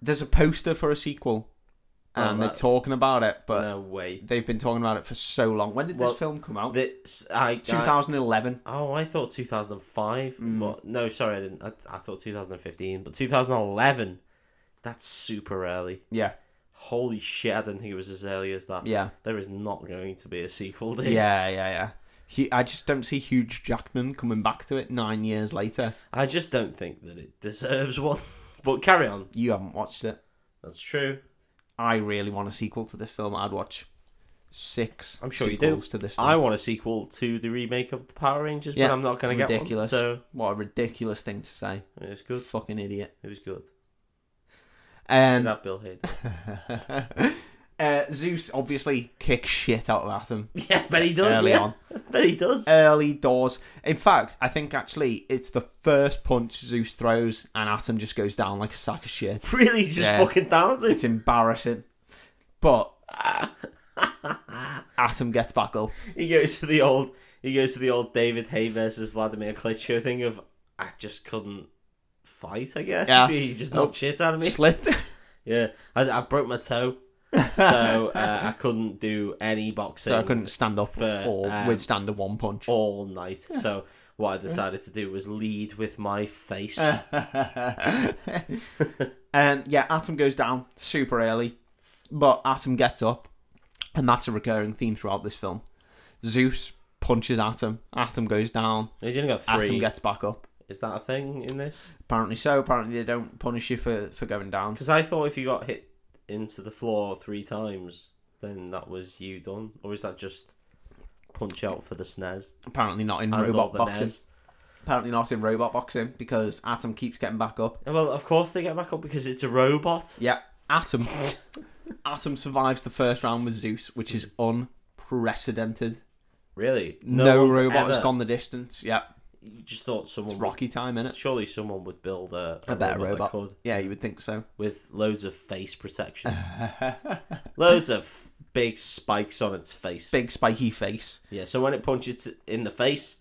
[SPEAKER 2] there's a poster for a sequel,
[SPEAKER 3] Oh,
[SPEAKER 2] and they're
[SPEAKER 3] that-
[SPEAKER 2] talking about it, but
[SPEAKER 3] No way.
[SPEAKER 2] they've been talking about it for so long. When did
[SPEAKER 3] Well,
[SPEAKER 2] this film come out?
[SPEAKER 3] This, I, I,
[SPEAKER 2] 2011.
[SPEAKER 3] oh, I thought 2005.
[SPEAKER 2] Mm.
[SPEAKER 3] But, no, sorry, I didn't. I, I thought 2015. But 2011, that's super early.
[SPEAKER 2] Yeah,
[SPEAKER 3] Holy shit, I didn't think it was as early as that.
[SPEAKER 2] yeah,
[SPEAKER 3] There is not going to be a sequel, dude.
[SPEAKER 2] yeah, yeah, yeah. He, I just don't see Hugh Jackman coming back to it nine years later.
[SPEAKER 3] I just don't think that it deserves one. but carry on.
[SPEAKER 2] You haven't watched it.
[SPEAKER 3] That's true.
[SPEAKER 2] I really want a sequel to this film. I'd watch six.
[SPEAKER 3] I'm sure you do.
[SPEAKER 2] sequels To this, film.
[SPEAKER 3] I want a sequel to the remake of the Power Rangers,
[SPEAKER 2] Yeah,
[SPEAKER 3] but I'm not going to get one.
[SPEAKER 2] ridiculous.
[SPEAKER 3] So
[SPEAKER 2] what a ridiculous thing to say.
[SPEAKER 3] it was good.
[SPEAKER 2] Fucking idiot.
[SPEAKER 3] It was good.
[SPEAKER 2] Um,
[SPEAKER 3] And that Bill Hader.
[SPEAKER 2] uh, Zeus obviously kicks shit out of Atom
[SPEAKER 3] yeah, but he does.
[SPEAKER 2] early
[SPEAKER 3] yeah.
[SPEAKER 2] on.
[SPEAKER 3] But he does.
[SPEAKER 2] early doors. In fact, I think actually it's the first punch Zeus throws, and Atom just goes down like a sack of shit.
[SPEAKER 3] really just
[SPEAKER 2] Yeah.
[SPEAKER 3] fucking downs him.
[SPEAKER 2] It's embarrassing, but Atom gets back up.
[SPEAKER 3] He goes to the old. He goes to the old David Hay versus Vladimir Klitschko thing of I just couldn't fight. I guess
[SPEAKER 2] Yeah.
[SPEAKER 3] he just knocked shit out of me.
[SPEAKER 2] Slipped.
[SPEAKER 3] Yeah, I, I broke my toe, so uh, I couldn't do any boxing.
[SPEAKER 2] so I couldn't stand up
[SPEAKER 3] For,
[SPEAKER 2] or
[SPEAKER 3] um,
[SPEAKER 2] withstand a one punch.
[SPEAKER 3] all night. So what I decided to do was lead with my face.
[SPEAKER 2] Uh, and Um, yeah, Atom goes down super early, but Atom gets up, and that's a recurring theme throughout this film. Zeus punches Atom, Atom goes down,
[SPEAKER 3] He's only got three.
[SPEAKER 2] Atom gets back up.
[SPEAKER 3] Is that a thing in this?
[SPEAKER 2] Apparently so. Apparently they don't punish you for, for going down.
[SPEAKER 3] Because I thought if you got hit into the floor three times, then that was you done. Or is that just punch out for the snares?
[SPEAKER 2] Apparently not in
[SPEAKER 3] And
[SPEAKER 2] robot
[SPEAKER 3] not the
[SPEAKER 2] boxing.
[SPEAKER 3] NES?
[SPEAKER 2] Apparently not in robot boxing because Atom keeps getting back up.
[SPEAKER 3] Well, of course they get back up because it's a robot.
[SPEAKER 2] Yeah, Atom. Atom survives the first round with Zeus, which is unprecedented.
[SPEAKER 3] Really?
[SPEAKER 2] Mm. No,
[SPEAKER 3] one's
[SPEAKER 2] robot has
[SPEAKER 3] ever-
[SPEAKER 2] gone the distance. Yeah,
[SPEAKER 3] You just thought someone.
[SPEAKER 2] it's Rocky time in
[SPEAKER 3] Would...
[SPEAKER 2] it.
[SPEAKER 3] Surely someone would build a,
[SPEAKER 2] A better
[SPEAKER 3] robot,
[SPEAKER 2] robot.
[SPEAKER 3] that could,
[SPEAKER 2] Yeah, you would think so.
[SPEAKER 3] with loads of face protection, loads of big spikes on its face.
[SPEAKER 2] Big spiky face.
[SPEAKER 3] Yeah, so when it punches it in the face,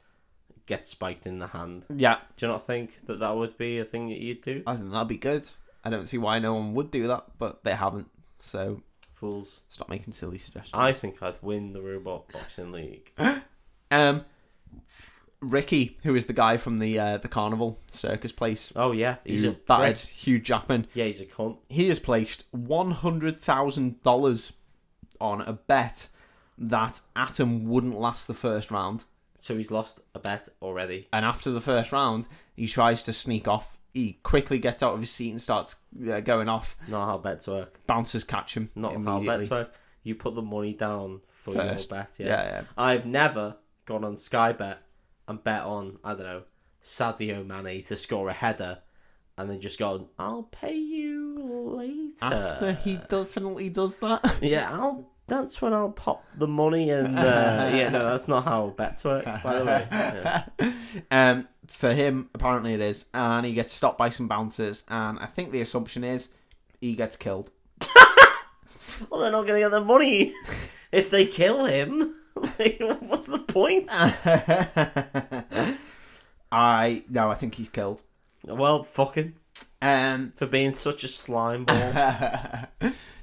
[SPEAKER 3] it gets spiked in the hand.
[SPEAKER 2] Yeah,
[SPEAKER 3] Do you not think that that would be a thing that you'd do?
[SPEAKER 2] I think that'd be good. I don't see why no one would do that, but they haven't. So
[SPEAKER 3] Fools.
[SPEAKER 2] stop making silly suggestions.
[SPEAKER 3] I think I'd win the robot boxing league.
[SPEAKER 2] Um, Ricky, who is the guy from the uh, the carnival circus place,
[SPEAKER 3] Oh yeah, he's
[SPEAKER 2] who
[SPEAKER 3] a
[SPEAKER 2] battered
[SPEAKER 3] prick.
[SPEAKER 2] Hugh Jackman,
[SPEAKER 3] Yeah, he's a cunt.
[SPEAKER 2] he has placed one hundred thousand dollars on a bet that Atom wouldn't last the first round,
[SPEAKER 3] So he's lost a bet already.
[SPEAKER 2] and after the first round, he tries to sneak off. He quickly gets out of his seat and starts uh, going off.
[SPEAKER 3] Not how bets work.
[SPEAKER 2] Bouncers catch him.
[SPEAKER 3] Not how
[SPEAKER 2] immediately.
[SPEAKER 3] bets work. You put the money down for
[SPEAKER 2] First.
[SPEAKER 3] your bet. Yeah.
[SPEAKER 2] Yeah, yeah.
[SPEAKER 3] I've never gone on Sky Bet and bet on I don't know Sadio Mane to score a header, and then just gone. I'll pay you later.
[SPEAKER 2] After he definitely does that.
[SPEAKER 3] Yeah, I'll. That's when I'll pop the money and uh, yeah, no, that's not how bets work. By the way, Yeah.
[SPEAKER 2] Um, for him, apparently it is, and he gets stopped by some bouncers, and I think the assumption is he gets killed.
[SPEAKER 3] well, they're not gonna get the money. if they kill him, like, what's the point?
[SPEAKER 2] I no, I think he's killed.
[SPEAKER 3] well, fucking
[SPEAKER 2] Um,
[SPEAKER 3] for being such a slime ball.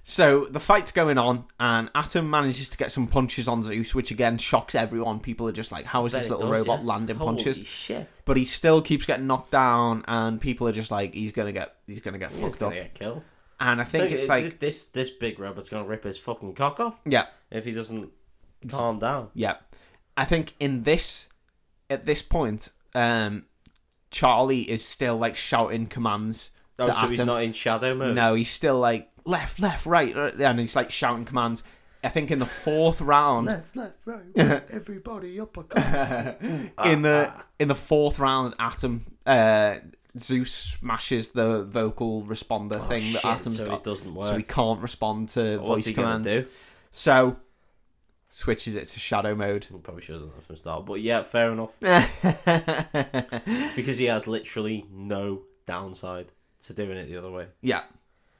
[SPEAKER 2] so the fight's going on, and Atom manages to get some punches on Zeus, which again shocks everyone. People are just like, "How is
[SPEAKER 3] But
[SPEAKER 2] this
[SPEAKER 3] it
[SPEAKER 2] little
[SPEAKER 3] does,
[SPEAKER 2] robot
[SPEAKER 3] yeah.
[SPEAKER 2] landing
[SPEAKER 3] Holy
[SPEAKER 2] punches?"
[SPEAKER 3] shit.
[SPEAKER 2] but he still keeps getting knocked down, and people are just like, "He's gonna get, he's gonna get
[SPEAKER 3] He's
[SPEAKER 2] fucked up."
[SPEAKER 3] gonna get killed.
[SPEAKER 2] And I think
[SPEAKER 3] Look,
[SPEAKER 2] it's
[SPEAKER 3] it-
[SPEAKER 2] like,
[SPEAKER 3] this this big robot's gonna rip his fucking cock off
[SPEAKER 2] yeah,
[SPEAKER 3] if he doesn't calm down.
[SPEAKER 2] yeah. I think in this, at this point, um, Charlie is still like shouting commands
[SPEAKER 3] Oh,
[SPEAKER 2] to
[SPEAKER 3] so he's
[SPEAKER 2] Atom.
[SPEAKER 3] not in shadow mode.
[SPEAKER 2] No, he's still like left, left, right, right, and he's like shouting commands. I think in the fourth round,
[SPEAKER 4] Left, left, right, everybody up a cup.
[SPEAKER 2] in the in the fourth round, Atom uh, Zeus smashes the vocal responder thing that
[SPEAKER 3] Oh, shit,
[SPEAKER 2] Atom's
[SPEAKER 3] so
[SPEAKER 2] got,
[SPEAKER 3] it doesn't
[SPEAKER 2] so he
[SPEAKER 3] work.
[SPEAKER 2] can't respond to
[SPEAKER 3] What's
[SPEAKER 2] voice
[SPEAKER 3] he gonna
[SPEAKER 2] commands.
[SPEAKER 3] do?
[SPEAKER 2] So switches it to shadow mode.
[SPEAKER 3] We probably should have done that from the start, but yeah, fair enough. because he has literally no downside to doing it the other way,
[SPEAKER 2] yeah,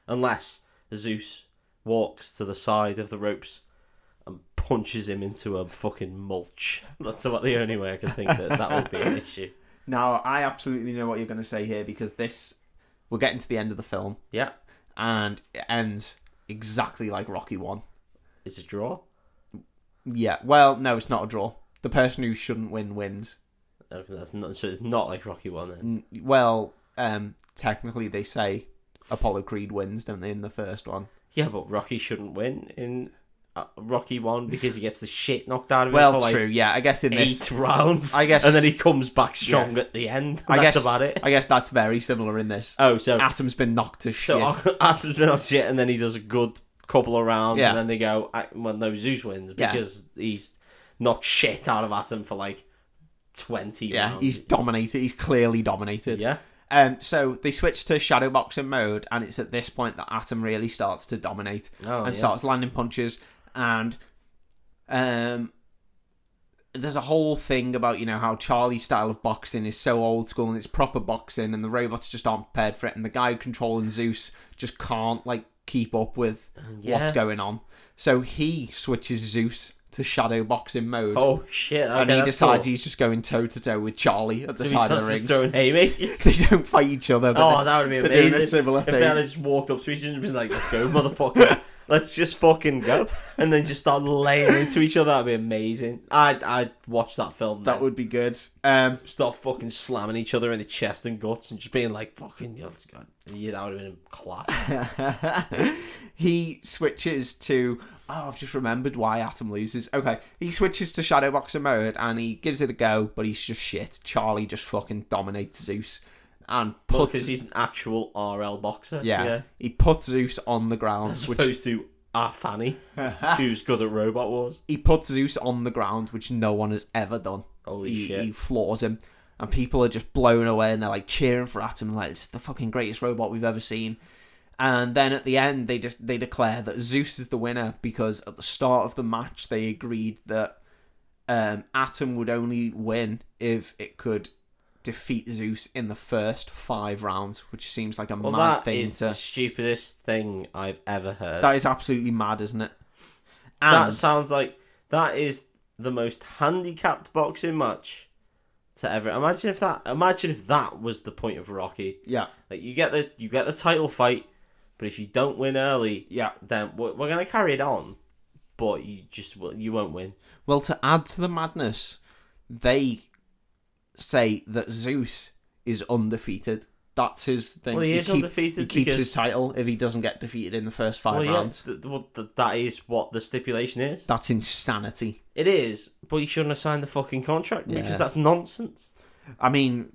[SPEAKER 3] unless Zeus walks to the side of the ropes and punches him into a fucking mulch. That's about the only way I can think that that would be an issue.
[SPEAKER 2] Now, I absolutely know what you're going to say here because this, we're getting to the end of the film
[SPEAKER 3] Yeah,
[SPEAKER 2] and it ends exactly like Rocky 1.
[SPEAKER 3] it's a draw.
[SPEAKER 2] Yeah, well, no, it's not a draw. The person who shouldn't win wins.
[SPEAKER 3] Okay, that's not so. It's not like Rocky One then.
[SPEAKER 2] N- Well, um, technically, they say Apollo Creed wins, don't they, in the first one?
[SPEAKER 3] Yeah, but Rocky shouldn't win in uh, Rocky One because he gets the shit knocked out of him
[SPEAKER 2] Well,
[SPEAKER 3] for like
[SPEAKER 2] true, yeah. I guess in
[SPEAKER 3] eight
[SPEAKER 2] this.
[SPEAKER 3] rounds.
[SPEAKER 2] I guess-
[SPEAKER 3] and then he comes back strong at the end.
[SPEAKER 2] I
[SPEAKER 3] that's
[SPEAKER 2] guess,
[SPEAKER 3] about it.
[SPEAKER 2] I guess that's very similar in this.
[SPEAKER 3] Oh, so
[SPEAKER 2] Atom's been knocked to shit.
[SPEAKER 3] so uh, Atom's been on shit, and then he does a good couple of rounds,
[SPEAKER 2] Yeah.
[SPEAKER 3] and then they go, I, "Well, no, Zeus wins
[SPEAKER 2] Yeah.
[SPEAKER 3] because he's knocked shit out of Atom for like twenty
[SPEAKER 2] yeah,
[SPEAKER 3] rounds."
[SPEAKER 2] he's dominated. He's clearly dominated.
[SPEAKER 3] yeah,
[SPEAKER 2] Um, so they switch to shadow boxing mode, and it's at this point that Atom really starts to dominate
[SPEAKER 3] Oh,
[SPEAKER 2] and
[SPEAKER 3] yeah.
[SPEAKER 2] starts landing punches. And um, there's a whole thing about you know how Charlie's style of boxing is so old school and it's proper boxing, and the robots just aren't prepared for it, and the guy controlling Zeus just can't like keep up with what's
[SPEAKER 3] yeah.
[SPEAKER 2] going on. So he switches Zeus to shadow boxing mode.
[SPEAKER 3] Oh shit! Okay,
[SPEAKER 2] and he
[SPEAKER 3] that's
[SPEAKER 2] decides
[SPEAKER 3] cool.
[SPEAKER 2] he's just going toe to toe with Charlie at the
[SPEAKER 3] So he
[SPEAKER 2] side of
[SPEAKER 3] starts
[SPEAKER 2] the
[SPEAKER 3] just
[SPEAKER 2] ring
[SPEAKER 3] throwing haymakers.
[SPEAKER 2] they don't fight each other. But
[SPEAKER 3] Oh,
[SPEAKER 2] they-
[SPEAKER 3] that would be
[SPEAKER 2] they're doing a
[SPEAKER 3] amazing.
[SPEAKER 2] similar
[SPEAKER 3] if
[SPEAKER 2] thing.
[SPEAKER 3] they had just walked up to each other and been like, let's go, motherfucker. let's just fucking go. And then just start laying into each other. That'd be amazing. I'd, I'd watch that film.
[SPEAKER 2] that
[SPEAKER 3] That would
[SPEAKER 2] would be good. Um,
[SPEAKER 3] start fucking slamming each other in the chest and guts and just being like, fucking, yeah, let's go. Yeah, that would have been class.
[SPEAKER 2] he switches to. Oh, I've just remembered why Atom loses. Okay, he switches to Shadow Boxer mode and he gives it a go, but he's just shit. Charlie just fucking dominates Zeus and puts.
[SPEAKER 3] Because he's an actual RL boxer.
[SPEAKER 2] yeah, he puts Zeus on the ground.
[SPEAKER 3] As
[SPEAKER 2] Which
[SPEAKER 3] opposed to our Fanny, who's good at Robot Wars.
[SPEAKER 2] he puts Zeus on the ground, which no one has ever done.
[SPEAKER 3] Holy
[SPEAKER 2] he,
[SPEAKER 3] shit.
[SPEAKER 2] he floors him, and people are just blown away, and they're like cheering for Atom, like it's the fucking greatest robot we've ever seen. And then at the end, they just they declare that Zeus is the winner because at the start of the match they agreed that um, Atom would only win if it could defeat Zeus in the first five rounds, which seems like a
[SPEAKER 3] Well,
[SPEAKER 2] mad
[SPEAKER 3] that
[SPEAKER 2] thing
[SPEAKER 3] is
[SPEAKER 2] to.
[SPEAKER 3] the stupidest thing I've ever heard.
[SPEAKER 2] That is absolutely mad, isn't it?
[SPEAKER 3] That
[SPEAKER 2] And
[SPEAKER 3] sounds like that is the most handicapped boxing match to ever. Imagine if that. Imagine if that was the point of Rocky.
[SPEAKER 2] yeah,
[SPEAKER 3] Like you get the you get the title fight, but if you don't win early,
[SPEAKER 2] yeah.
[SPEAKER 3] then we're, we're gonna carry it on. But you just won't- you won't win.
[SPEAKER 2] Well, to add to the madness, they say that Zeus is undefeated. That's his thing.
[SPEAKER 3] Well, he is
[SPEAKER 2] He
[SPEAKER 3] undefeated
[SPEAKER 2] keeps
[SPEAKER 3] because-
[SPEAKER 2] his title if he doesn't get defeated in the first five
[SPEAKER 3] Well, yeah,
[SPEAKER 2] rounds.
[SPEAKER 3] th- well, th- that is what the stipulation is.
[SPEAKER 2] That's insanity.
[SPEAKER 3] It is, but you shouldn't have signed the fucking contract
[SPEAKER 2] Yeah.
[SPEAKER 3] because that's nonsense.
[SPEAKER 2] I mean,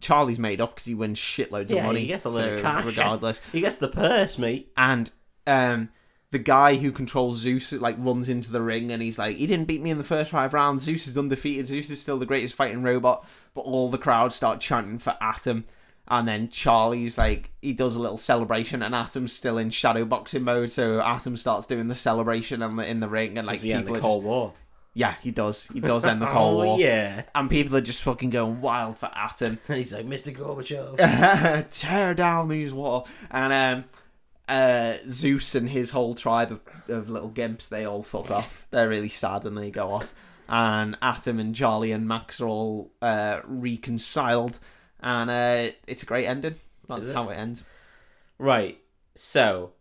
[SPEAKER 2] Charlie's made up because he wins shitloads
[SPEAKER 3] Yeah,
[SPEAKER 2] of money.
[SPEAKER 3] he gets a load of
[SPEAKER 2] so
[SPEAKER 3] cash.
[SPEAKER 2] regardless.
[SPEAKER 3] He gets the purse, mate.
[SPEAKER 2] And um, the guy who controls Zeus like runs into the ring and he's like, "He didn't beat me in the first five rounds. Zeus is undefeated. Zeus is still the greatest fighting robot." But all the crowd start chanting for Atom, and then Charlie's like, he does a little celebration, and Atom's still in shadow boxing mode. So Atom starts doing the celebration and the, in the ring, and like
[SPEAKER 3] Does he end
[SPEAKER 2] people
[SPEAKER 3] the
[SPEAKER 2] are just-
[SPEAKER 3] Cold War?
[SPEAKER 2] yeah, he does. He does end the Cold
[SPEAKER 3] oh
[SPEAKER 2] War.
[SPEAKER 3] yeah.
[SPEAKER 2] And people are just fucking going wild for Atom.
[SPEAKER 3] He's like Mr. Gorbachev.
[SPEAKER 2] tear down these walls. And um, uh, Zeus and his whole tribe of, of little gimps, they all fuck off. They're really sad and they go off. And Atom and Charlie and Max are all uh, reconciled. And uh, it's a great ending. That's
[SPEAKER 3] Is it?
[SPEAKER 2] how it ends.
[SPEAKER 3] Right. So.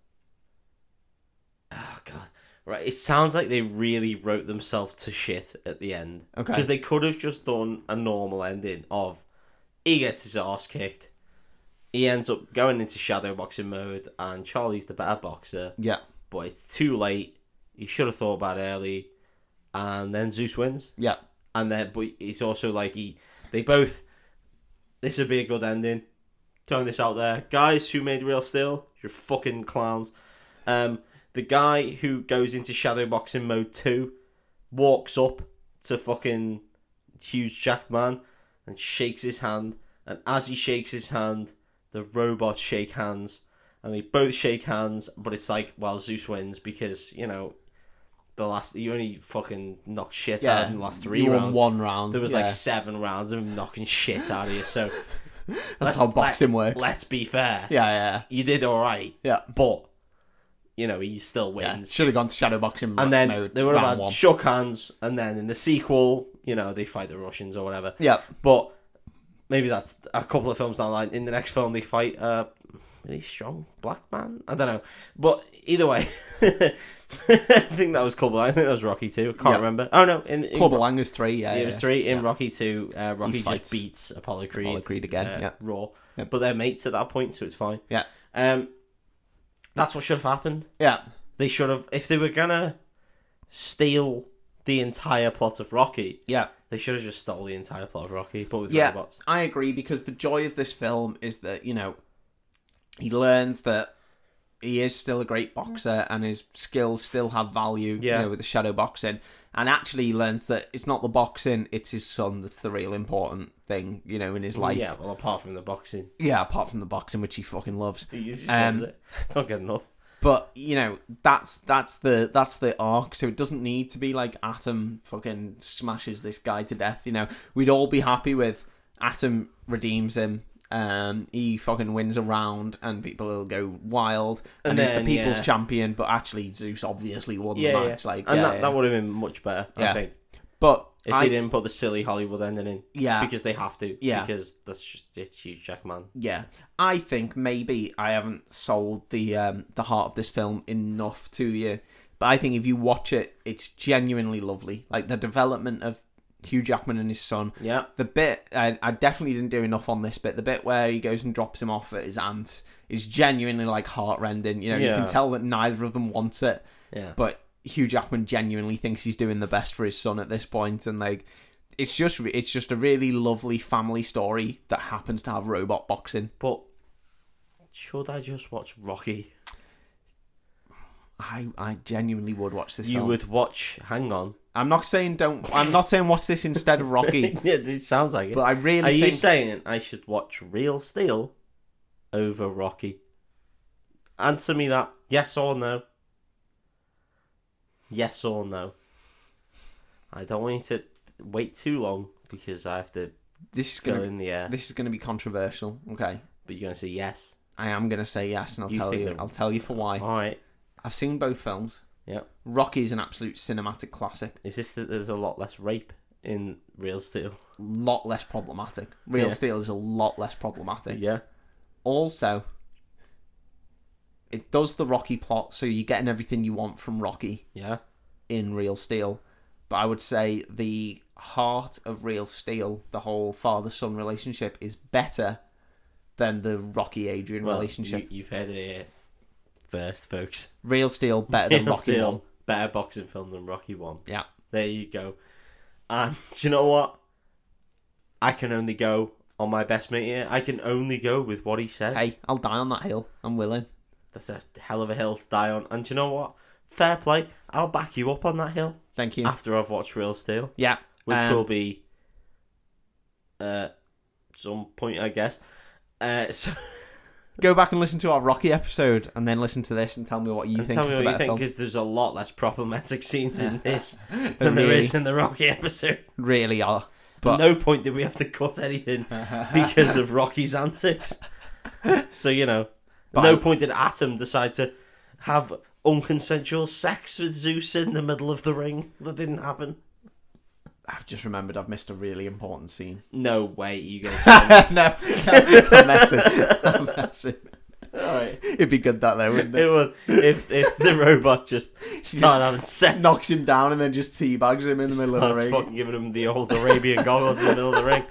[SPEAKER 3] Oh god. Right. It sounds like they really wrote themselves to shit at the end.
[SPEAKER 2] Okay.
[SPEAKER 3] Because they could have just done a normal ending of he gets his ass kicked. He ends up going into shadow boxing mode, and Charlie's the better boxer,
[SPEAKER 2] Yeah.
[SPEAKER 3] but it's too late. He should have thought about it early, and then Zeus wins.
[SPEAKER 2] Yeah.
[SPEAKER 3] And then, but it's also like he, they both. This would be a good ending. Throwing this out there, guys who made Real Steel, you're fucking clowns. Um, the guy who goes into shadow boxing mode two walks up to fucking huge jacked man and shakes his hand. And as he shakes his hand, the robots shake hands, and they both shake hands. But it's like, well, Zeus wins because you know. The last you only fucking knocked shit out
[SPEAKER 2] Yeah.
[SPEAKER 3] of him the last three
[SPEAKER 2] you won
[SPEAKER 3] rounds.
[SPEAKER 2] one round.
[SPEAKER 3] There was
[SPEAKER 2] yeah.
[SPEAKER 3] like seven rounds of him knocking shit out of you. So
[SPEAKER 2] That's how boxing works.
[SPEAKER 3] Let's be fair.
[SPEAKER 2] Yeah, yeah,
[SPEAKER 3] You did all right,
[SPEAKER 2] yeah.
[SPEAKER 3] but you know he still
[SPEAKER 2] yeah.
[SPEAKER 3] wins.
[SPEAKER 2] Should have gone to shadow boxing.
[SPEAKER 3] and then
[SPEAKER 2] mode,
[SPEAKER 3] they would have
[SPEAKER 2] round
[SPEAKER 3] had
[SPEAKER 2] one.
[SPEAKER 3] shook hands, and then in the sequel, you know, they fight the Russians or whatever.
[SPEAKER 2] Yeah.
[SPEAKER 3] But maybe that's a couple of films down the line. In the next film, they fight uh, a really strong black man. I don't know, but either way, I think that was Club. I think that was Rocky too. I can't
[SPEAKER 2] Yeah.
[SPEAKER 3] remember. Oh no, in, in
[SPEAKER 2] Club of Lang was three. Yeah,
[SPEAKER 3] Yeah,
[SPEAKER 2] yeah.
[SPEAKER 3] it was three in Rocky two. Uh, Rocky
[SPEAKER 2] fights
[SPEAKER 3] just beats Apollo Creed.
[SPEAKER 2] Apollo Creed again,
[SPEAKER 3] uh,
[SPEAKER 2] yeah.
[SPEAKER 3] Raw,
[SPEAKER 2] Yeah.
[SPEAKER 3] but they're mates at that point, so it's fine.
[SPEAKER 2] Yeah.
[SPEAKER 3] Um, that's what should have happened.
[SPEAKER 2] yeah.
[SPEAKER 3] They should have, if they were gonna steal the entire plot of Rocky,
[SPEAKER 2] Yeah.
[SPEAKER 3] they should have just stole the entire plot of Rocky, but with
[SPEAKER 2] yeah,
[SPEAKER 3] robots.
[SPEAKER 2] I agree because the joy of this film is that you know he learns that he is still a great boxer and his skills still have value.
[SPEAKER 3] Yeah.
[SPEAKER 2] you know, with the shadow boxing, and actually he learns that it's not the boxing; it's his son that's the real important thing. You know, in his life.
[SPEAKER 3] Yeah, well, apart from the boxing,
[SPEAKER 2] Yeah, apart from the boxing, which he fucking loves.
[SPEAKER 3] he just
[SPEAKER 2] Um,
[SPEAKER 3] loves it. Can't get enough.
[SPEAKER 2] But you know, that's that's the that's the arc. So it doesn't need to be like Atom fucking smashes this guy to death. You know, we'd all be happy with Atom redeems him. Um, he fucking wins a round, and people will go wild, and,
[SPEAKER 3] And
[SPEAKER 2] he's
[SPEAKER 3] then,
[SPEAKER 2] the people's
[SPEAKER 3] yeah.
[SPEAKER 2] champion. But actually, Zeus obviously won
[SPEAKER 3] Yeah,
[SPEAKER 2] the
[SPEAKER 3] yeah.
[SPEAKER 2] match. Like,
[SPEAKER 3] and
[SPEAKER 2] yeah,
[SPEAKER 3] that,
[SPEAKER 2] yeah.
[SPEAKER 3] that would have been much better,
[SPEAKER 2] Yeah.
[SPEAKER 3] I think,
[SPEAKER 2] but
[SPEAKER 3] if
[SPEAKER 2] I,
[SPEAKER 3] they didn't put the silly Hollywood ending in.
[SPEAKER 2] yeah,
[SPEAKER 3] Because they have to.
[SPEAKER 2] Yeah.
[SPEAKER 3] Because that's just it's huge Jackman.
[SPEAKER 2] Yeah, I think maybe I haven't sold the um, the heart of this film enough to you, but I think if you watch it, it's genuinely lovely. Like the development of Hugh Jackman and his son.
[SPEAKER 3] Yeah.
[SPEAKER 2] The bit I, I definitely didn't do enough on this bit. The bit where he goes and drops him off at his aunt is genuinely like heartrending. You know, you
[SPEAKER 3] Yeah.
[SPEAKER 2] can tell that neither of them wants it,
[SPEAKER 3] Yeah.
[SPEAKER 2] but Hugh Jackman genuinely thinks he's doing the best for his son at this point, and like. It's just it's just a really lovely family story that happens to have robot boxing.
[SPEAKER 3] But should I just watch Rocky?
[SPEAKER 2] I, I genuinely would watch this
[SPEAKER 3] You
[SPEAKER 2] film.
[SPEAKER 3] would watch Hang On.
[SPEAKER 2] I'm not saying don't. I'm not saying watch this instead of Rocky.
[SPEAKER 3] yeah, it sounds like it.
[SPEAKER 2] but I really
[SPEAKER 3] Are you
[SPEAKER 2] think
[SPEAKER 3] saying I should watch Real Steel over Rocky? Answer me that. Yes or no? Yes or no? I don't want you to wait too long because I have to
[SPEAKER 2] this is
[SPEAKER 3] fill
[SPEAKER 2] gonna
[SPEAKER 3] in the air.
[SPEAKER 2] this is gonna be controversial. Okay,
[SPEAKER 3] But you're going to say yes.
[SPEAKER 2] I am gonna say yes, and I'll
[SPEAKER 3] You
[SPEAKER 2] tell
[SPEAKER 3] think
[SPEAKER 2] you.
[SPEAKER 3] that-
[SPEAKER 2] I'll tell you for why.
[SPEAKER 3] All right.
[SPEAKER 2] I've seen both films.
[SPEAKER 3] Yeah.
[SPEAKER 2] Rocky is an absolute cinematic classic.
[SPEAKER 3] Is this that there's a lot less rape in Real Steel?
[SPEAKER 2] Lot less problematic. Real
[SPEAKER 3] Yeah.
[SPEAKER 2] Steel is a lot less problematic.
[SPEAKER 3] Yeah.
[SPEAKER 2] Also, it does the Rocky plot, so you're getting everything you want from Rocky.
[SPEAKER 3] Yeah.
[SPEAKER 2] in Real Steel, but I would say the heart of Real Steel, the whole father son relationship, is better than the Rocky Adrian relationship.
[SPEAKER 3] You, have heard it here first, folks.
[SPEAKER 2] Real Steel better than
[SPEAKER 3] Real
[SPEAKER 2] Rocky
[SPEAKER 3] Steel,
[SPEAKER 2] One.
[SPEAKER 3] better boxing film than Rocky One.
[SPEAKER 2] Yeah,
[SPEAKER 3] There you go. And do you know what? I can only go on my best mate here. I can only go with what he says.
[SPEAKER 2] hey, I'll die on that hill. I'm willing.
[SPEAKER 3] That's a hell of a hill to die on. And do you know what? Fair play. I'll back you up on that hill
[SPEAKER 2] Thank you.
[SPEAKER 3] after I've watched Real Steel,
[SPEAKER 2] yeah,
[SPEAKER 3] which
[SPEAKER 2] um,
[SPEAKER 3] will be uh some point, I guess. Uh, so
[SPEAKER 2] go back and listen to our Rocky episode, and then listen to this and tell me what you
[SPEAKER 3] And
[SPEAKER 2] think.
[SPEAKER 3] tell
[SPEAKER 2] is the
[SPEAKER 3] me what you
[SPEAKER 2] better
[SPEAKER 3] think,
[SPEAKER 2] film.
[SPEAKER 3] because there's a lot less problematic scenes in this
[SPEAKER 2] There
[SPEAKER 3] than there
[SPEAKER 2] really-
[SPEAKER 3] is in the Rocky episode.
[SPEAKER 2] really are.
[SPEAKER 3] At
[SPEAKER 2] But
[SPEAKER 3] no point did we have to cut anything because of Rocky's antics. so you know,
[SPEAKER 2] But
[SPEAKER 3] no
[SPEAKER 2] I-
[SPEAKER 3] point did Atom decide to have unconsensual sex with Zeus in the middle of the ring. That didn't happen.
[SPEAKER 2] I've just remembered I've missed a really important scene.
[SPEAKER 3] No way you going to tell me.
[SPEAKER 2] no, no, I'm messing. I'm messing.
[SPEAKER 3] Alright.
[SPEAKER 2] It'd be good that though, wouldn't
[SPEAKER 3] It
[SPEAKER 2] it?
[SPEAKER 3] would if if the robot just started having sex,
[SPEAKER 2] Knocks him down and then just teabags him in the middle of the
[SPEAKER 3] starts
[SPEAKER 2] ring.
[SPEAKER 3] fucking giving him the old Arabian goggles in the middle of the ring.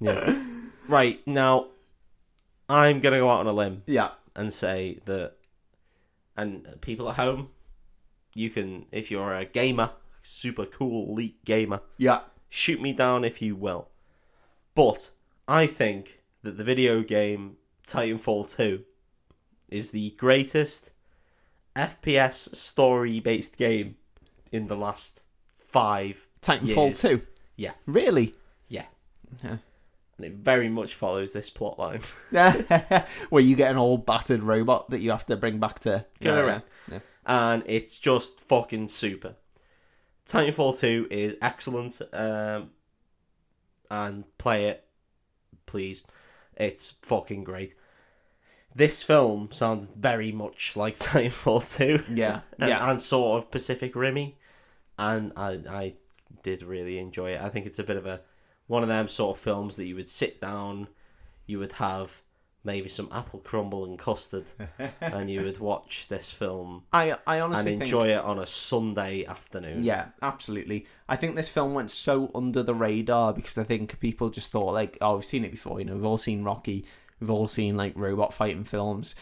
[SPEAKER 3] Yeah. Right now, I'm gonna go out on a limb
[SPEAKER 2] Yeah,
[SPEAKER 3] and say that, and people at home, you can if you're a gamer, super cool elite gamer,
[SPEAKER 2] yeah,
[SPEAKER 3] shoot me down if you will. But I think that the video game Titanfall 2 is the greatest FPS story based game in the last five.
[SPEAKER 2] Titanfall
[SPEAKER 3] Yes.
[SPEAKER 2] two.
[SPEAKER 3] Yeah.
[SPEAKER 2] really.
[SPEAKER 3] Yeah.
[SPEAKER 2] Yeah.
[SPEAKER 3] And it very much follows this plot line.
[SPEAKER 2] Where you get an old battered robot that you have to bring back to.
[SPEAKER 3] Go
[SPEAKER 2] Yeah,
[SPEAKER 3] around.
[SPEAKER 2] yeah.
[SPEAKER 3] and it's just fucking super. Titanfall 2 is excellent, um, and play it, please. It's fucking great. This film sounds very much like Titanfall 2.
[SPEAKER 2] Yeah,
[SPEAKER 3] and,
[SPEAKER 2] yeah.
[SPEAKER 3] and sort of Pacific Rimmy, and I, I did really enjoy it. I think it's a bit of a one of them sort of films that you would sit down, you would have maybe some apple crumble and custard, and you would watch this film
[SPEAKER 2] I I
[SPEAKER 3] and
[SPEAKER 2] honestly think
[SPEAKER 3] enjoy it on a Sunday afternoon.
[SPEAKER 2] Yeah, absolutely. I think this film went so under the radar because I think people just thought like, oh, we've seen it before. You know, we've all seen Rocky, we've all seen like robot fighting films,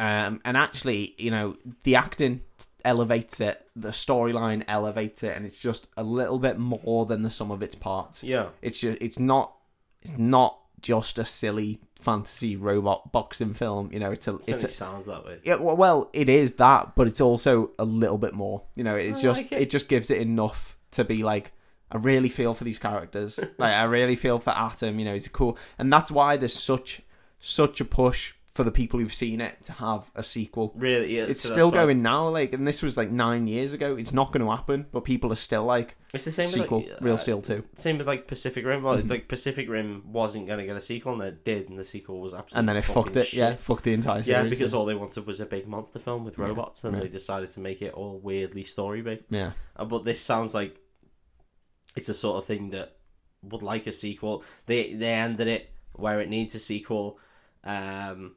[SPEAKER 2] um, and actually, you know, the acting elevates it, the storyline elevates it, and it's just a little bit more than the sum of its parts.
[SPEAKER 3] Yeah.
[SPEAKER 2] It's just it's not it's not just a silly fantasy robot boxing film. You know, it's a
[SPEAKER 3] It
[SPEAKER 2] it's a,
[SPEAKER 3] sounds that way.
[SPEAKER 2] yeah, w- well, it is that, but it's also a little bit more. You know, it's
[SPEAKER 3] I
[SPEAKER 2] just
[SPEAKER 3] like
[SPEAKER 2] it.
[SPEAKER 3] it.
[SPEAKER 2] just gives it enough to be like, I really feel for these characters. like I really feel for Atom. You know, he's cool, and that's why there's such such a push for the people who've seen it to have a sequel.
[SPEAKER 3] Really, yeah,
[SPEAKER 2] It's
[SPEAKER 3] so
[SPEAKER 2] still
[SPEAKER 3] that's why-
[SPEAKER 2] going now, like, and this was like nine years ago. It's not going to happen, but people are still like
[SPEAKER 3] It's the same
[SPEAKER 2] sequel,
[SPEAKER 3] with like,
[SPEAKER 2] Real
[SPEAKER 3] uh,
[SPEAKER 2] Steel Two, Mm-hmm.
[SPEAKER 3] Same with like Pacific Rim. Well, Like Pacific Rim wasn't going to get a sequel, and it did, and the sequel was absolutely
[SPEAKER 2] and then it fucked it.
[SPEAKER 3] shit.
[SPEAKER 2] Yeah, fucked the entire
[SPEAKER 3] Yeah,
[SPEAKER 2] series.
[SPEAKER 3] because all they wanted was a big monster film with
[SPEAKER 2] Yeah,
[SPEAKER 3] robots, and
[SPEAKER 2] yeah.
[SPEAKER 3] they decided to make it all weirdly story based.
[SPEAKER 2] yeah,
[SPEAKER 3] Uh, But this sounds like it's the sort of thing that would like a sequel. They they ended it where it needs a sequel, um,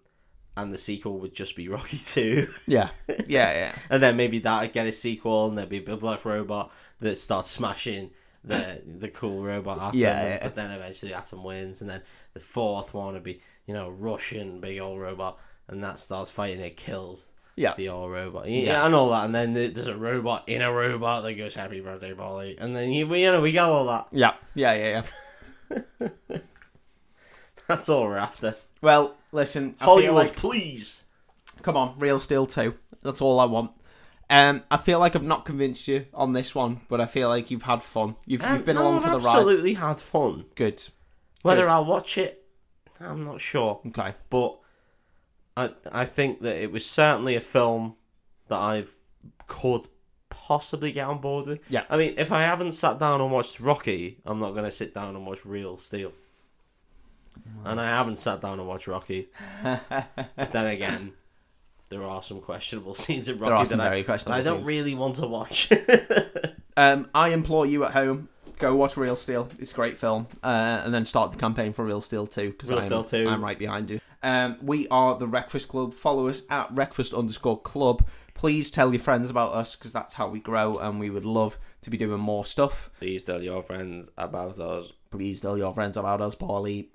[SPEAKER 3] and the sequel would just be Rocky Two.
[SPEAKER 2] yeah, yeah, yeah.
[SPEAKER 3] and then maybe that'd get a sequel, and there'd be a black robot that starts smashing the the cool robot Atom.
[SPEAKER 2] Yeah, yeah.
[SPEAKER 3] But then eventually Atom wins, and then the fourth one would be you know Russian big old robot, and that starts fighting. It kills.
[SPEAKER 2] Yeah.
[SPEAKER 3] the old robot, yeah, and all that, and then th- there's a robot in a robot that goes "Happy Birthday, Polly," and then you, we- you know, we got all that.
[SPEAKER 2] Yeah, yeah, yeah, yeah.
[SPEAKER 3] That's all we're after.
[SPEAKER 2] Well, listen, I feel
[SPEAKER 3] Hollywood,
[SPEAKER 2] like-
[SPEAKER 3] please.
[SPEAKER 2] Come on, Real Steel 2. That's all I want. Um, I feel like I've not convinced you on this one, but I feel like you've had fun. You've,
[SPEAKER 3] Um,
[SPEAKER 2] you've been
[SPEAKER 3] no,
[SPEAKER 2] along
[SPEAKER 3] I've
[SPEAKER 2] for the ride.
[SPEAKER 3] absolutely had fun.
[SPEAKER 2] Good.
[SPEAKER 3] Whether
[SPEAKER 2] Good.
[SPEAKER 3] I'll watch it, I'm not sure.
[SPEAKER 2] Okay.
[SPEAKER 3] but I I think that it was certainly a film that I've could possibly get on board with.
[SPEAKER 2] Yeah.
[SPEAKER 3] I mean, if I haven't sat down and watched Rocky, I'm not going to sit down and watch Real Steel. And I haven't sat down and watched Rocky. but then again, there are some questionable scenes in
[SPEAKER 2] are
[SPEAKER 3] Rocky
[SPEAKER 2] some
[SPEAKER 3] that I,
[SPEAKER 2] very
[SPEAKER 3] that
[SPEAKER 2] questionable
[SPEAKER 3] I don't
[SPEAKER 2] scenes.
[SPEAKER 3] really want to watch.
[SPEAKER 2] Um, I implore you at home, go watch Real Steel. It's a great film. Uh, and then start the campaign for Real Steel 2 because
[SPEAKER 3] Real
[SPEAKER 2] I'm,
[SPEAKER 3] Steel 2.
[SPEAKER 2] I'm right behind you. Um, we are the Breakfast Club. Follow us at breakfast underscore club. Please tell your friends about us because that's how we grow and we would love to be doing more stuff.
[SPEAKER 3] Please tell your friends about us.
[SPEAKER 2] Please tell your friends about us, Paulie.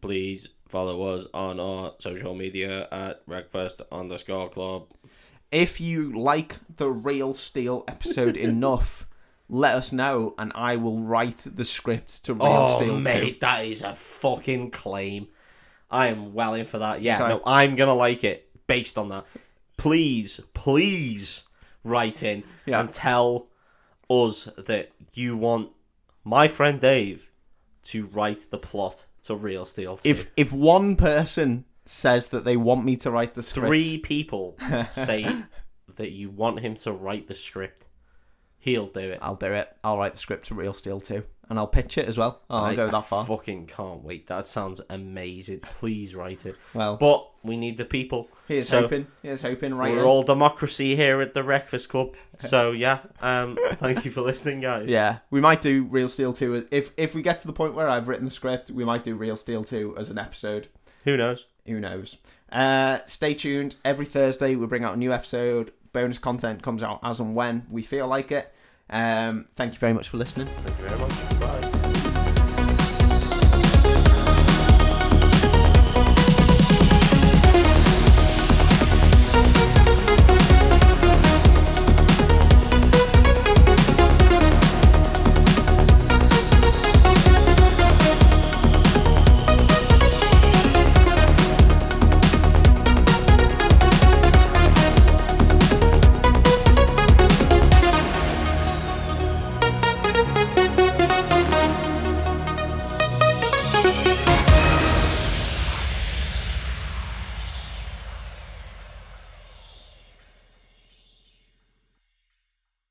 [SPEAKER 3] Please follow us on our social media at breakfast underscore club.
[SPEAKER 2] if you like the real steel episode enough let us know and i will write the script to real steel 2.
[SPEAKER 3] Oh, mate, that is a fucking claim. I am well in for that. Yeah,
[SPEAKER 2] Okay.
[SPEAKER 3] no, I'm gonna like it based on that. Please, please write in
[SPEAKER 2] Yeah.
[SPEAKER 3] and tell us that you want my friend Dave to write the plot to Real Steel. 2.
[SPEAKER 2] if if one person says that they want me to write the script
[SPEAKER 3] three people say that you want him to write the script, he'll do it.
[SPEAKER 2] i'll do it i'll write the script to real steel 2 and I'll pitch it as well. Oh, I'll
[SPEAKER 3] I-
[SPEAKER 2] go
[SPEAKER 3] I
[SPEAKER 2] that far.
[SPEAKER 3] fucking can't wait. That sounds amazing. Please write it.
[SPEAKER 2] Well.
[SPEAKER 3] but we need the people.
[SPEAKER 2] Here's
[SPEAKER 3] so
[SPEAKER 2] hoping. Here's hoping. Right.
[SPEAKER 3] we're
[SPEAKER 2] in.
[SPEAKER 3] all democracy here at the Breakfast Club. So yeah, um, thank you for listening, guys.
[SPEAKER 2] Yeah, we might do Real Steel Two if if we get to the point where I've written the script. We might do Real Steel Two as an episode.
[SPEAKER 3] Who knows?
[SPEAKER 2] Who knows? Uh, stay tuned. Every Thursday we bring out a new episode. Bonus content comes out as and when we feel like it. Um, thank you very much for listening.
[SPEAKER 3] Thank you very much. Bye.